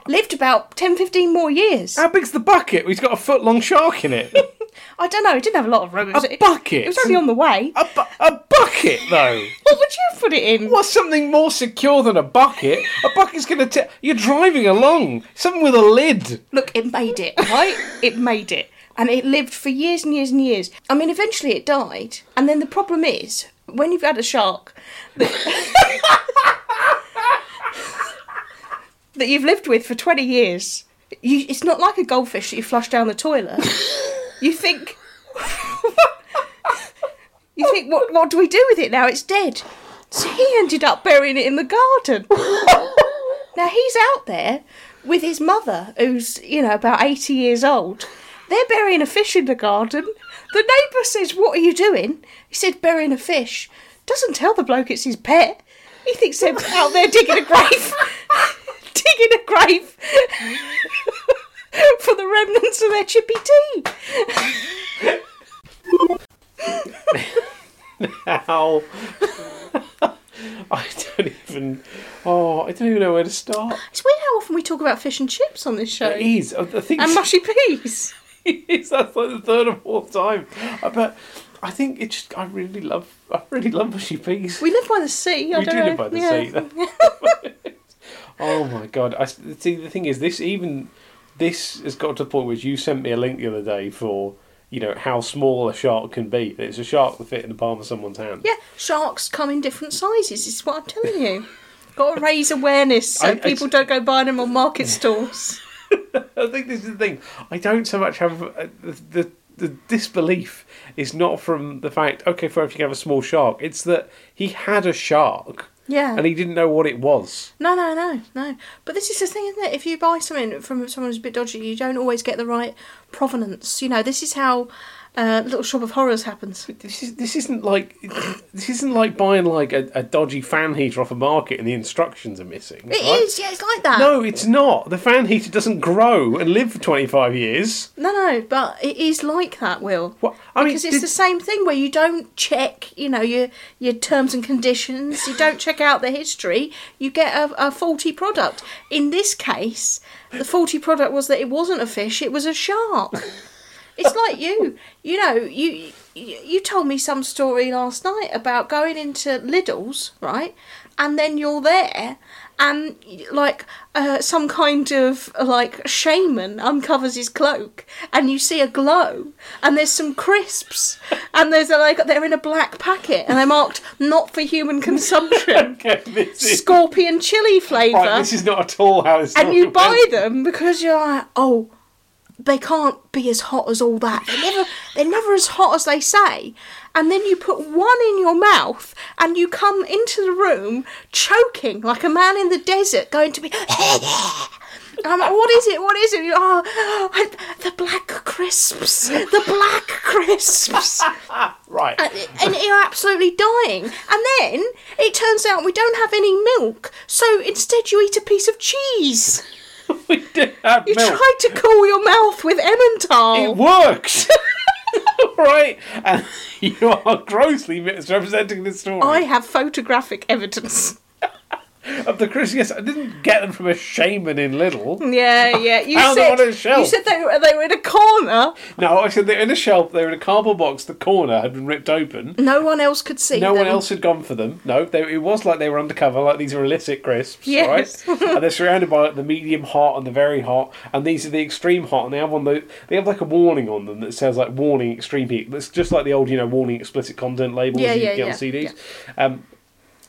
Speaker 3: Lived about 10, 15 more years.
Speaker 2: How big's the bucket? He's got a foot long shark in it.
Speaker 3: I don't know. It didn't have a lot of room. It was-
Speaker 2: A bucket?
Speaker 3: It was only on the way.
Speaker 2: a, bu- a bucket, though.
Speaker 3: What would you put it in?
Speaker 2: What's something more secure than a bucket? A bucket's going to tell. You're driving along. Something with a lid.
Speaker 3: Look, it made it, right? it made it, and it lived for years and years and years. I mean, eventually it died, and then the problem is when you've had a shark that, that you've lived with for twenty years, you, it's not like a goldfish that you flush down the toilet. you think. You think, what, what do we do with it now? It's dead. So he ended up burying it in the garden. now he's out there with his mother, who's, you know, about 80 years old. They're burying a fish in the garden. The neighbour says, What are you doing? He said, Burying a fish. Doesn't tell the bloke it's his pet. He thinks they're out there digging a grave. digging a grave for the remnants of their chippy tea.
Speaker 2: Ow. I don't even. Oh, I don't even know where to start. uh,
Speaker 3: It's weird how often we talk about fish and chips on this show.
Speaker 2: Jeez, I I think
Speaker 3: and mushy peas.
Speaker 2: Yes, that's like the third or fourth time. I bet. I think it just. I really love. I really love mushy peas.
Speaker 3: We live by the sea. I
Speaker 2: We
Speaker 3: don't
Speaker 2: do
Speaker 3: know.
Speaker 2: live by the
Speaker 3: yeah.
Speaker 2: sea. That's- oh my god! I s- see. The thing is, this even this has got to the point where you sent me a link the other day for you know how small a shark can be. It's a shark that fit in the palm of someone's hand.
Speaker 3: Yeah, sharks come in different sizes. Is what I'm telling you. Got to raise awareness so
Speaker 2: I- I-
Speaker 3: people don't go buying them on market stalls.
Speaker 2: I think this is the thing. I don't so much have uh, the, the the disbelief is not from the fact. Okay, fair if you can have a small shark. It's that he had a shark.
Speaker 3: Yeah.
Speaker 2: And he didn't know what it was.
Speaker 3: No, no, no, no. But this is the thing, isn't it? If you buy something from someone who's a bit dodgy, you don't always get the right provenance. You know, this is how uh, Little Shop of Horrors happens.
Speaker 2: This is this isn't like this isn't like buying like a, a dodgy fan heater off a market and the instructions are missing.
Speaker 3: It is, yeah, it's like that.
Speaker 2: No, it's not. The fan heater doesn't grow and live for twenty five years.
Speaker 3: No, no, but it is like that, Will.
Speaker 2: What- I mean,
Speaker 3: because it's
Speaker 2: did-
Speaker 3: the same thing where you don't check, you know, your your terms and conditions. You don't check out the history. You get a, a faulty product. In this case, the faulty product was that it wasn't a fish; it was a shark. It's like you, you know, you you you told me some story last night about going into Lidl's, right? And then you're there, and like uh, some kind of like shaman uncovers his cloak, and you see a glow, and there's some crisps, and there's a, like they're in a black packet, and they're marked not for human consumption,
Speaker 2: Okay, this is
Speaker 3: scorpion chili flavour
Speaker 2: right, This is not at all how this.
Speaker 3: and you
Speaker 2: story
Speaker 3: buy
Speaker 2: went.
Speaker 3: them because you're like, oh, they can't be as hot as all that. They're never, they're never as hot as they say. And then you put one in your mouth, and you come into the room choking like a man in the desert, going to be. And I'm like, what is it? What is it? You're, Oh, I- the black crisps. The black crisps.
Speaker 2: right.
Speaker 3: And- and you're absolutely dying. And then it turns out we don't have any milk, so instead you eat a piece of cheese.
Speaker 2: we did have
Speaker 3: You
Speaker 2: milk.
Speaker 3: tried to cool your mouth with Emmental.
Speaker 2: It works. right, and you are grossly misrepresenting this story.
Speaker 3: I have photographic evidence.
Speaker 2: Of the Chris, yes, I didn't get them from a shaman in Lidl.
Speaker 3: Yeah, yeah. You
Speaker 2: Found them
Speaker 3: said
Speaker 2: on a shelf.
Speaker 3: you said they were, they were in a corner.
Speaker 2: No, I said they're in a shelf. They were in a cardboard box. The corner had been ripped open.
Speaker 3: No one else could see.
Speaker 2: No one
Speaker 3: them.
Speaker 2: else had gone for them. No, they, it was like they were undercover, like these are illicit crisps,
Speaker 3: Yes.
Speaker 2: right? and they're surrounded by like, the medium hot and the very hot, and these are the extreme hot. And they have one that they have like a warning on them that says like warning extreme heat. That's just like the old you know warning explicit content labels
Speaker 3: Yeah,
Speaker 2: you
Speaker 3: yeah,
Speaker 2: get on
Speaker 3: yeah,
Speaker 2: CDs. Um,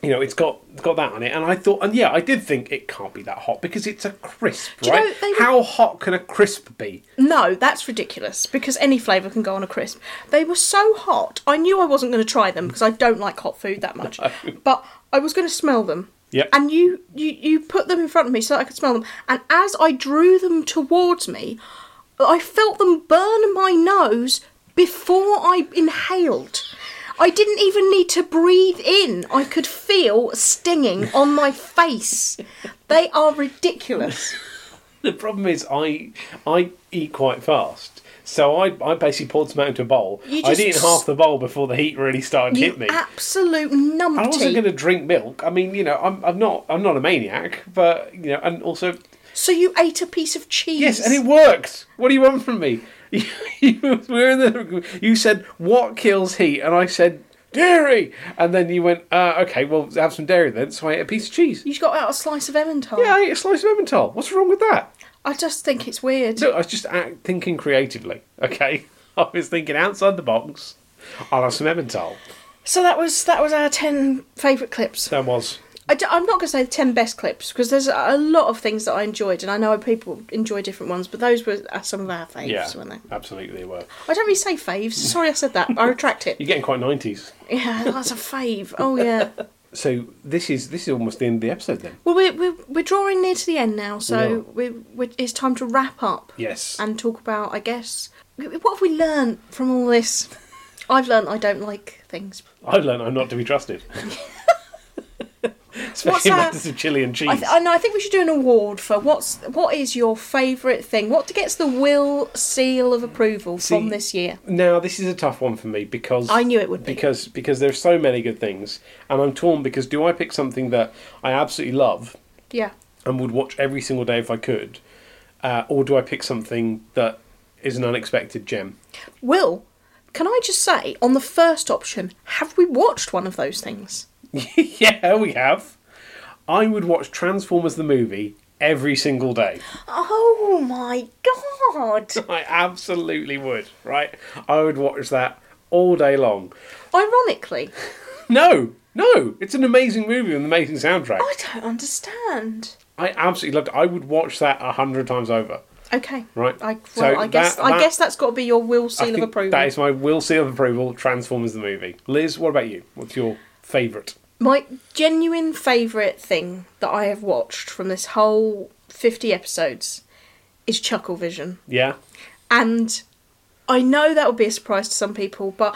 Speaker 2: you know, it's got it's got that on it, and I thought, and yeah, I did think it can't be that hot because it's a crisp,
Speaker 3: you
Speaker 2: right?
Speaker 3: know, they were-
Speaker 2: How hot can a crisp be?
Speaker 3: No, that's ridiculous because any flavour can go on a crisp. They were so hot. I knew I wasn't going to try them because I don't like hot food that much. But I was going to smell them.
Speaker 2: Yep.
Speaker 3: And you, you, you put them in front of me so that I could smell them. And as I drew them towards me, I felt them burn my nose before I inhaled. I didn't even need to breathe in. I could feel stinging on my face. They are ridiculous.
Speaker 2: the problem is, I I eat quite fast. So I, I basically poured some out into a bowl.
Speaker 3: You
Speaker 2: I
Speaker 3: just-
Speaker 2: did half the bowl before the heat really started to
Speaker 3: You
Speaker 2: hit me.
Speaker 3: absolute
Speaker 2: I wasn't going
Speaker 3: numpty.
Speaker 2: to drink milk. I mean, you know, I'm, I'm not I'm not a maniac, but you know, and also
Speaker 3: So you ate a piece of cheese.
Speaker 2: yes, and it worked. What do you want from me? You, we're in the. You said what kills heat, and I said dairy, and then you went, uh, okay, well, have some dairy then. So I ate a piece of cheese.
Speaker 3: You got out a slice of Emmental.
Speaker 2: Yeah, I ate a slice of Emmental. What's wrong with that?
Speaker 3: I just think it's weird.
Speaker 2: So I was just act, thinking creatively. Okay, I was thinking outside the box. I'll have some Emmental.
Speaker 3: So that was that was our ten favourite clips.
Speaker 2: That was
Speaker 3: I d- I'm not going to say the 10 best clips because there's a lot of things that I enjoyed, and I know people enjoy different ones, but those were uh, some of our faves,
Speaker 2: yeah,
Speaker 3: weren't they?
Speaker 2: absolutely they were.
Speaker 3: I don't really say faves. Sorry, I said that. I retract it.
Speaker 2: You're getting quite nineties.
Speaker 3: Yeah, that's a fave. Oh yeah.
Speaker 2: So this is this is almost the end of the episode then.
Speaker 3: Well, we're we're, we're drawing near to the end now,
Speaker 2: We are.
Speaker 3: so we we it's time to wrap up
Speaker 2: Yes.
Speaker 3: and talk about, I guess, what have we learned from all this? I've learned I don't like things.
Speaker 2: I've learned I'm not to be trusted.
Speaker 3: What's
Speaker 2: Especially
Speaker 3: that?
Speaker 2: matters of chili and cheese.
Speaker 3: I, th- I know. I think we should do an award for what's what is your favourite thing? What gets the will seal of approval
Speaker 2: See,
Speaker 3: from this year?
Speaker 2: Now this is a tough one for me because
Speaker 3: I knew it would be.
Speaker 2: because because there's so many good things and I'm torn because do I pick something that I absolutely love
Speaker 3: Yeah.
Speaker 2: and would watch every single day if I could, uh, or do I pick something that is an unexpected gem?
Speaker 3: Will, can I just say on the first option, have we watched one of those things?
Speaker 2: yeah, we have. I would watch Transformers the movie every single day.
Speaker 3: Oh my god!
Speaker 2: I absolutely would, right? I would watch that all day long.
Speaker 3: Ironically,
Speaker 2: No, no, it's an amazing movie with an amazing soundtrack.
Speaker 3: I don't understand.
Speaker 2: I absolutely loved it. I would watch that a hundred times over.
Speaker 3: Okay.
Speaker 2: Right.
Speaker 3: I, well,
Speaker 2: So
Speaker 3: I guess
Speaker 2: that-
Speaker 3: I
Speaker 2: that-
Speaker 3: guess that's got to be your will
Speaker 2: I
Speaker 3: seal of
Speaker 2: think
Speaker 3: approval.
Speaker 2: That is my will seal of approval. Transformers the movie. Liz, what about you? What's your favourite?
Speaker 3: My genuine favourite thing that I have watched from this whole 50 episodes is Chuckle Vision.
Speaker 2: Yeah,
Speaker 3: And I know that would be a surprise to some people, but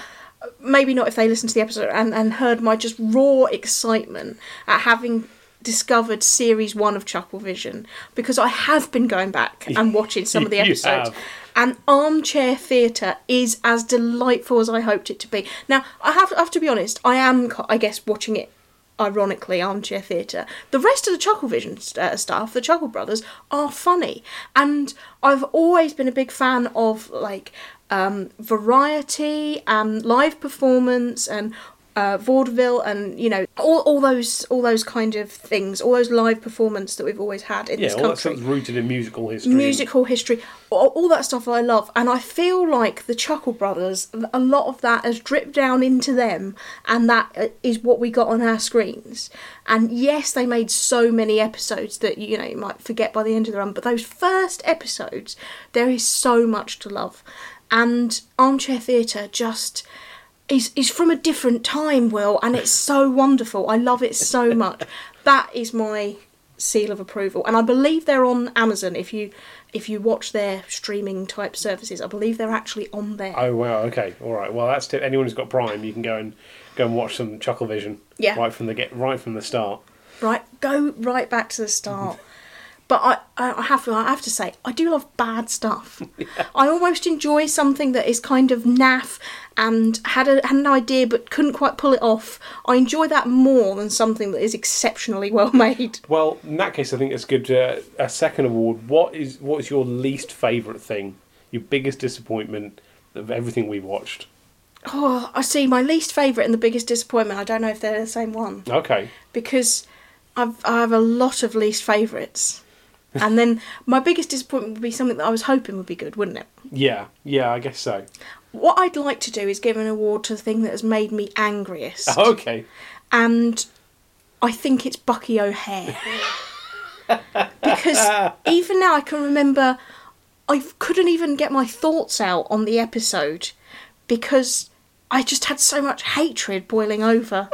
Speaker 3: maybe not if they listened to the episode and, and heard my just raw excitement at having discovered series one of Chuckle Vision because I have been going back and watching some of the
Speaker 2: You
Speaker 3: episodes.
Speaker 2: have.
Speaker 3: And armchair theatre is as delightful as I hoped it to be. Now, I have, I have to be honest, I am, co- I guess, watching it ironically, armchair theatre. The rest of the Chuckle Vision uh, stuff, the Chuckle Brothers, are funny. And I've always been a big fan of, like, um, variety and live performance and uh, vaudeville and you know all, all those all those kind of things all those live performance that we've always had in
Speaker 2: yeah.
Speaker 3: this
Speaker 2: All that
Speaker 3: country
Speaker 2: stuff's rooted in musical history.
Speaker 3: musical history, all, all that stuff that I love. And I feel like the Chuckle Brothers, a lot of that has dripped down into them, and that uh, is what we got on our screens. And yes, they made so many episodes that you know you might forget by the end of the run, but those first episodes, there is so much to love. And armchair theatre just is is from a different time, Will, and it's so wonderful. I love it so much. that is my seal of approval, and I believe they're on Amazon. If you if you watch their streaming type services, I believe they're actually on there.
Speaker 2: Oh wow. Okay. All right. Well, that's tip. Anyone who's got Prime, you can go and go and watch some Chuckle Vision.
Speaker 3: Yeah.
Speaker 2: Right from the get. Right from the start.
Speaker 3: Right, go right back to the start. But I, I I have to, I have to say, I do love bad stuff. I almost enjoy something that is kind of naff and had, a, had an idea but couldn't quite pull it off. I enjoy that more than something that is exceptionally well made.
Speaker 2: Well, in that case, I think it's good. Uh, a second award. What is what is your least favourite thing? Your biggest disappointment of everything we watched?
Speaker 3: Oh, I see. My least favourite and the biggest disappointment. I don't know if they're the same one
Speaker 2: Okay.
Speaker 3: because I've I have a lot of least favourites, and then my biggest disappointment would be something that I was hoping would be good, wouldn't it?
Speaker 2: Yeah. Yeah. I guess so.
Speaker 3: What I'd like to do is give an award to the thing that has made me angriest,
Speaker 2: Okay.
Speaker 3: and I think it's Bucky O'Hare because even now I can remember I couldn't even get my thoughts out on the episode because I just had so much hatred boiling over.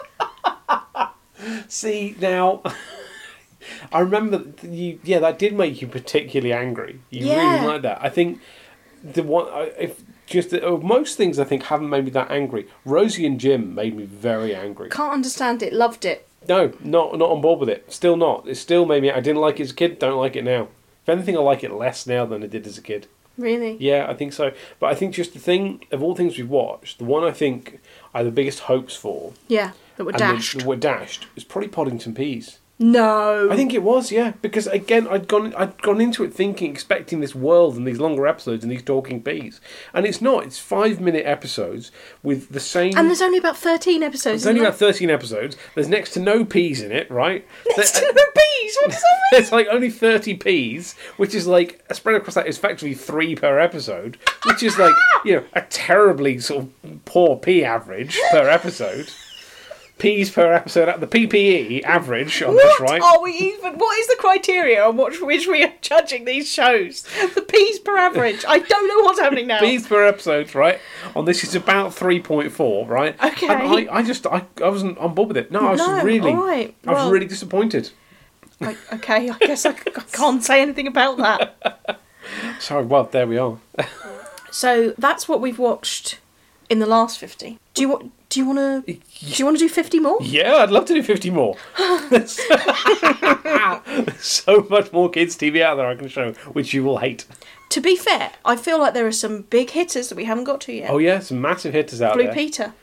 Speaker 2: See now, I remember th- you. Yeah, that did make you particularly angry. You
Speaker 3: Yeah.
Speaker 2: really like that. I think the one I- if just the, oh, most things I think haven't made me that angry. Rosie and Jim made me very angry.
Speaker 3: Can't understand it. Loved it.
Speaker 2: No, not not on board with it. Still not. It still made me. I didn't like it as a kid. Don't like it now. If anything, I like it less now than I did as a kid.
Speaker 3: Really?
Speaker 2: Yeah, I think so. But I think just the thing of all things we've watched, the one I think I had the biggest hopes for
Speaker 3: Yeah, that were
Speaker 2: and
Speaker 3: dashed.
Speaker 2: The, were dashed is probably Poddington Peas.
Speaker 3: no.
Speaker 2: I think it was, yeah, because again, I'd gone, I'd gone into it thinking, expecting this world and these longer episodes and these talking peas, and it's not. It's five minute episodes with the same.
Speaker 3: and there's only about 13 episodes.
Speaker 2: there's only
Speaker 3: isn't
Speaker 2: about thirteen episodes. There's next to no peas in it, right?
Speaker 3: there? Next
Speaker 2: There-
Speaker 3: to the bees. What does that mean?
Speaker 2: there's like only 30 p's which is like uh, spread across that is effectively three per episode which is like you know a terribly sort of poor p average per episode p's per episode the ppe average on this
Speaker 3: What Oh,
Speaker 2: right
Speaker 3: are we even? What is the criteria on which, which we are judging these shows? The P's per average. I don't know what's happening now.
Speaker 2: P's per episode, right? On this, it's about three point four, right?
Speaker 3: Okay.
Speaker 2: And I, I just, I, I wasn't on board with it. No, I was
Speaker 3: No,
Speaker 2: really,
Speaker 3: all right.
Speaker 2: I was
Speaker 3: Well-
Speaker 2: really disappointed.
Speaker 3: Like, okay, I guess I, c- I can't say anything about that.
Speaker 2: Sorry. Well, there we are.
Speaker 3: So that's what we've watched in the last fifty. Do you want? Do you want to? Do you want to do fifty more?
Speaker 2: Yeah, I'd love to do 50 more. There's so much more kids' TV out there I can show, which you will hate.
Speaker 3: To be fair, I feel like there are some big hitters that we haven't got to yet.
Speaker 2: Oh, yeah, some massive hitters out
Speaker 3: Blue
Speaker 2: there.
Speaker 3: Peter,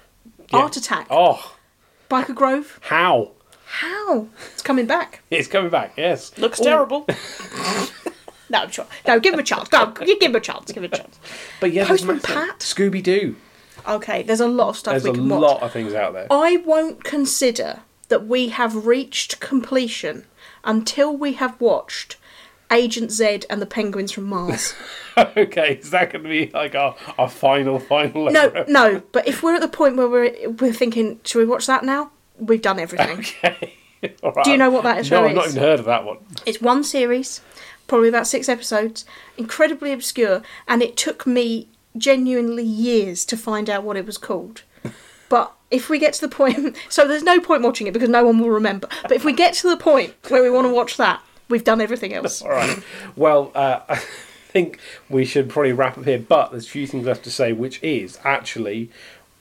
Speaker 2: Yeah.
Speaker 3: Art Attack,
Speaker 2: Oh,
Speaker 3: Biker Grove.
Speaker 2: how?
Speaker 3: How? It's coming back.
Speaker 2: It's coming back, yes.
Speaker 3: Looks
Speaker 2: All-
Speaker 3: terrible. no, I'm sure. No, give him a chance. Go, on, give him a chance. Give him a chance.
Speaker 2: But yeah, there's
Speaker 3: Postman
Speaker 2: massive-
Speaker 3: Pat?
Speaker 2: Scooby Doo.
Speaker 3: Okay, there's a lot of stuff
Speaker 2: There's
Speaker 3: we
Speaker 2: a
Speaker 3: can watch.
Speaker 2: lot of things out there.
Speaker 3: I won't consider that we have reached completion until we have watched Agent Z and the Penguins from Mars.
Speaker 2: okay, is that going to be like our, our final, final
Speaker 3: no,
Speaker 2: episode?
Speaker 3: no, but if we're at the point where we're we're thinking, should we watch that now? We've done everything.
Speaker 2: Okay. All right.
Speaker 3: Do you know what that show
Speaker 2: No, I've not
Speaker 3: is?
Speaker 2: even heard of that one.
Speaker 3: It's one series, probably about six episodes, incredibly obscure, and it took me genuinely years to find out what it was called. But if we get to the point, so there's no point watching it because no one will remember. But if we get to the point where we want to watch that, we've done everything else.
Speaker 2: All right. Well, uh, I think we should probably wrap up here, but there's a few things left to say, which is actually.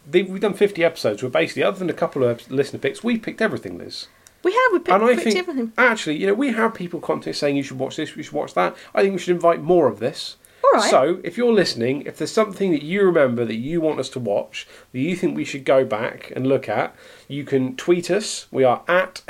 Speaker 2: the- We've done 50 episodes. We're basically, other than a couple of eps- listener picks, we picked everything, Liz.
Speaker 3: We have, we
Speaker 2: And I
Speaker 3: picked, picked
Speaker 2: think,
Speaker 3: everything.
Speaker 2: actually, you know, we have people contact saying you should watch this, you should watch that. I think we should invite more of this.
Speaker 3: All right.
Speaker 2: So, if you're listening, if there's something that you remember that you want us to watch, that you think we should go back and look at, you can tweet us. We are at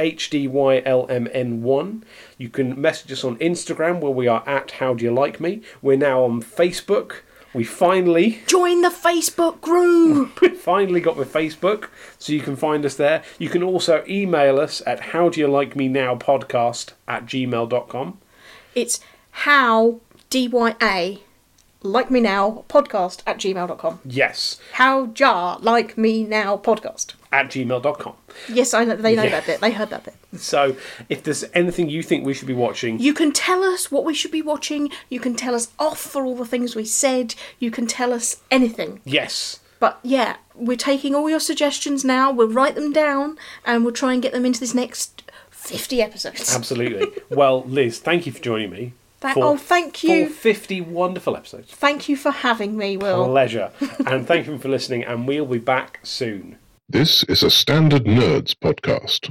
Speaker 2: HDYLMN1. You can message us on Instagram, where we are at How Do You Like Me. We're now on Facebook. We finally
Speaker 3: Join the Facebook group.
Speaker 2: we finally got with Facebook, so you can find us there. You can also email us at how do you like me now podcast at gmail.com.
Speaker 3: It's how dya like me now podcast at gmail.com.
Speaker 2: Yes,
Speaker 3: How jar like me now podcast.
Speaker 2: at gmail.com.
Speaker 3: Yes, I know, they know
Speaker 2: Yeah.
Speaker 3: that bit. They heard that bit.
Speaker 2: So if there's anything you think we should be watching,
Speaker 3: You can tell us what we should be watching. You can tell us off for all the things we said. You can tell us anything.
Speaker 2: yes.
Speaker 3: But yeah, we're taking all your suggestions now. We'll write them down and we'll try and get them into this next 50 episodes.
Speaker 2: Absolutely. well, Liz, thank you for joining me.
Speaker 3: Tha- oh, thank you.
Speaker 2: For 50 wonderful episodes.
Speaker 3: Thank you for having me, Will.
Speaker 2: Pleasure. and thank you for listening, and we'll be back soon.
Speaker 1: This is a Standard Nerds podcast.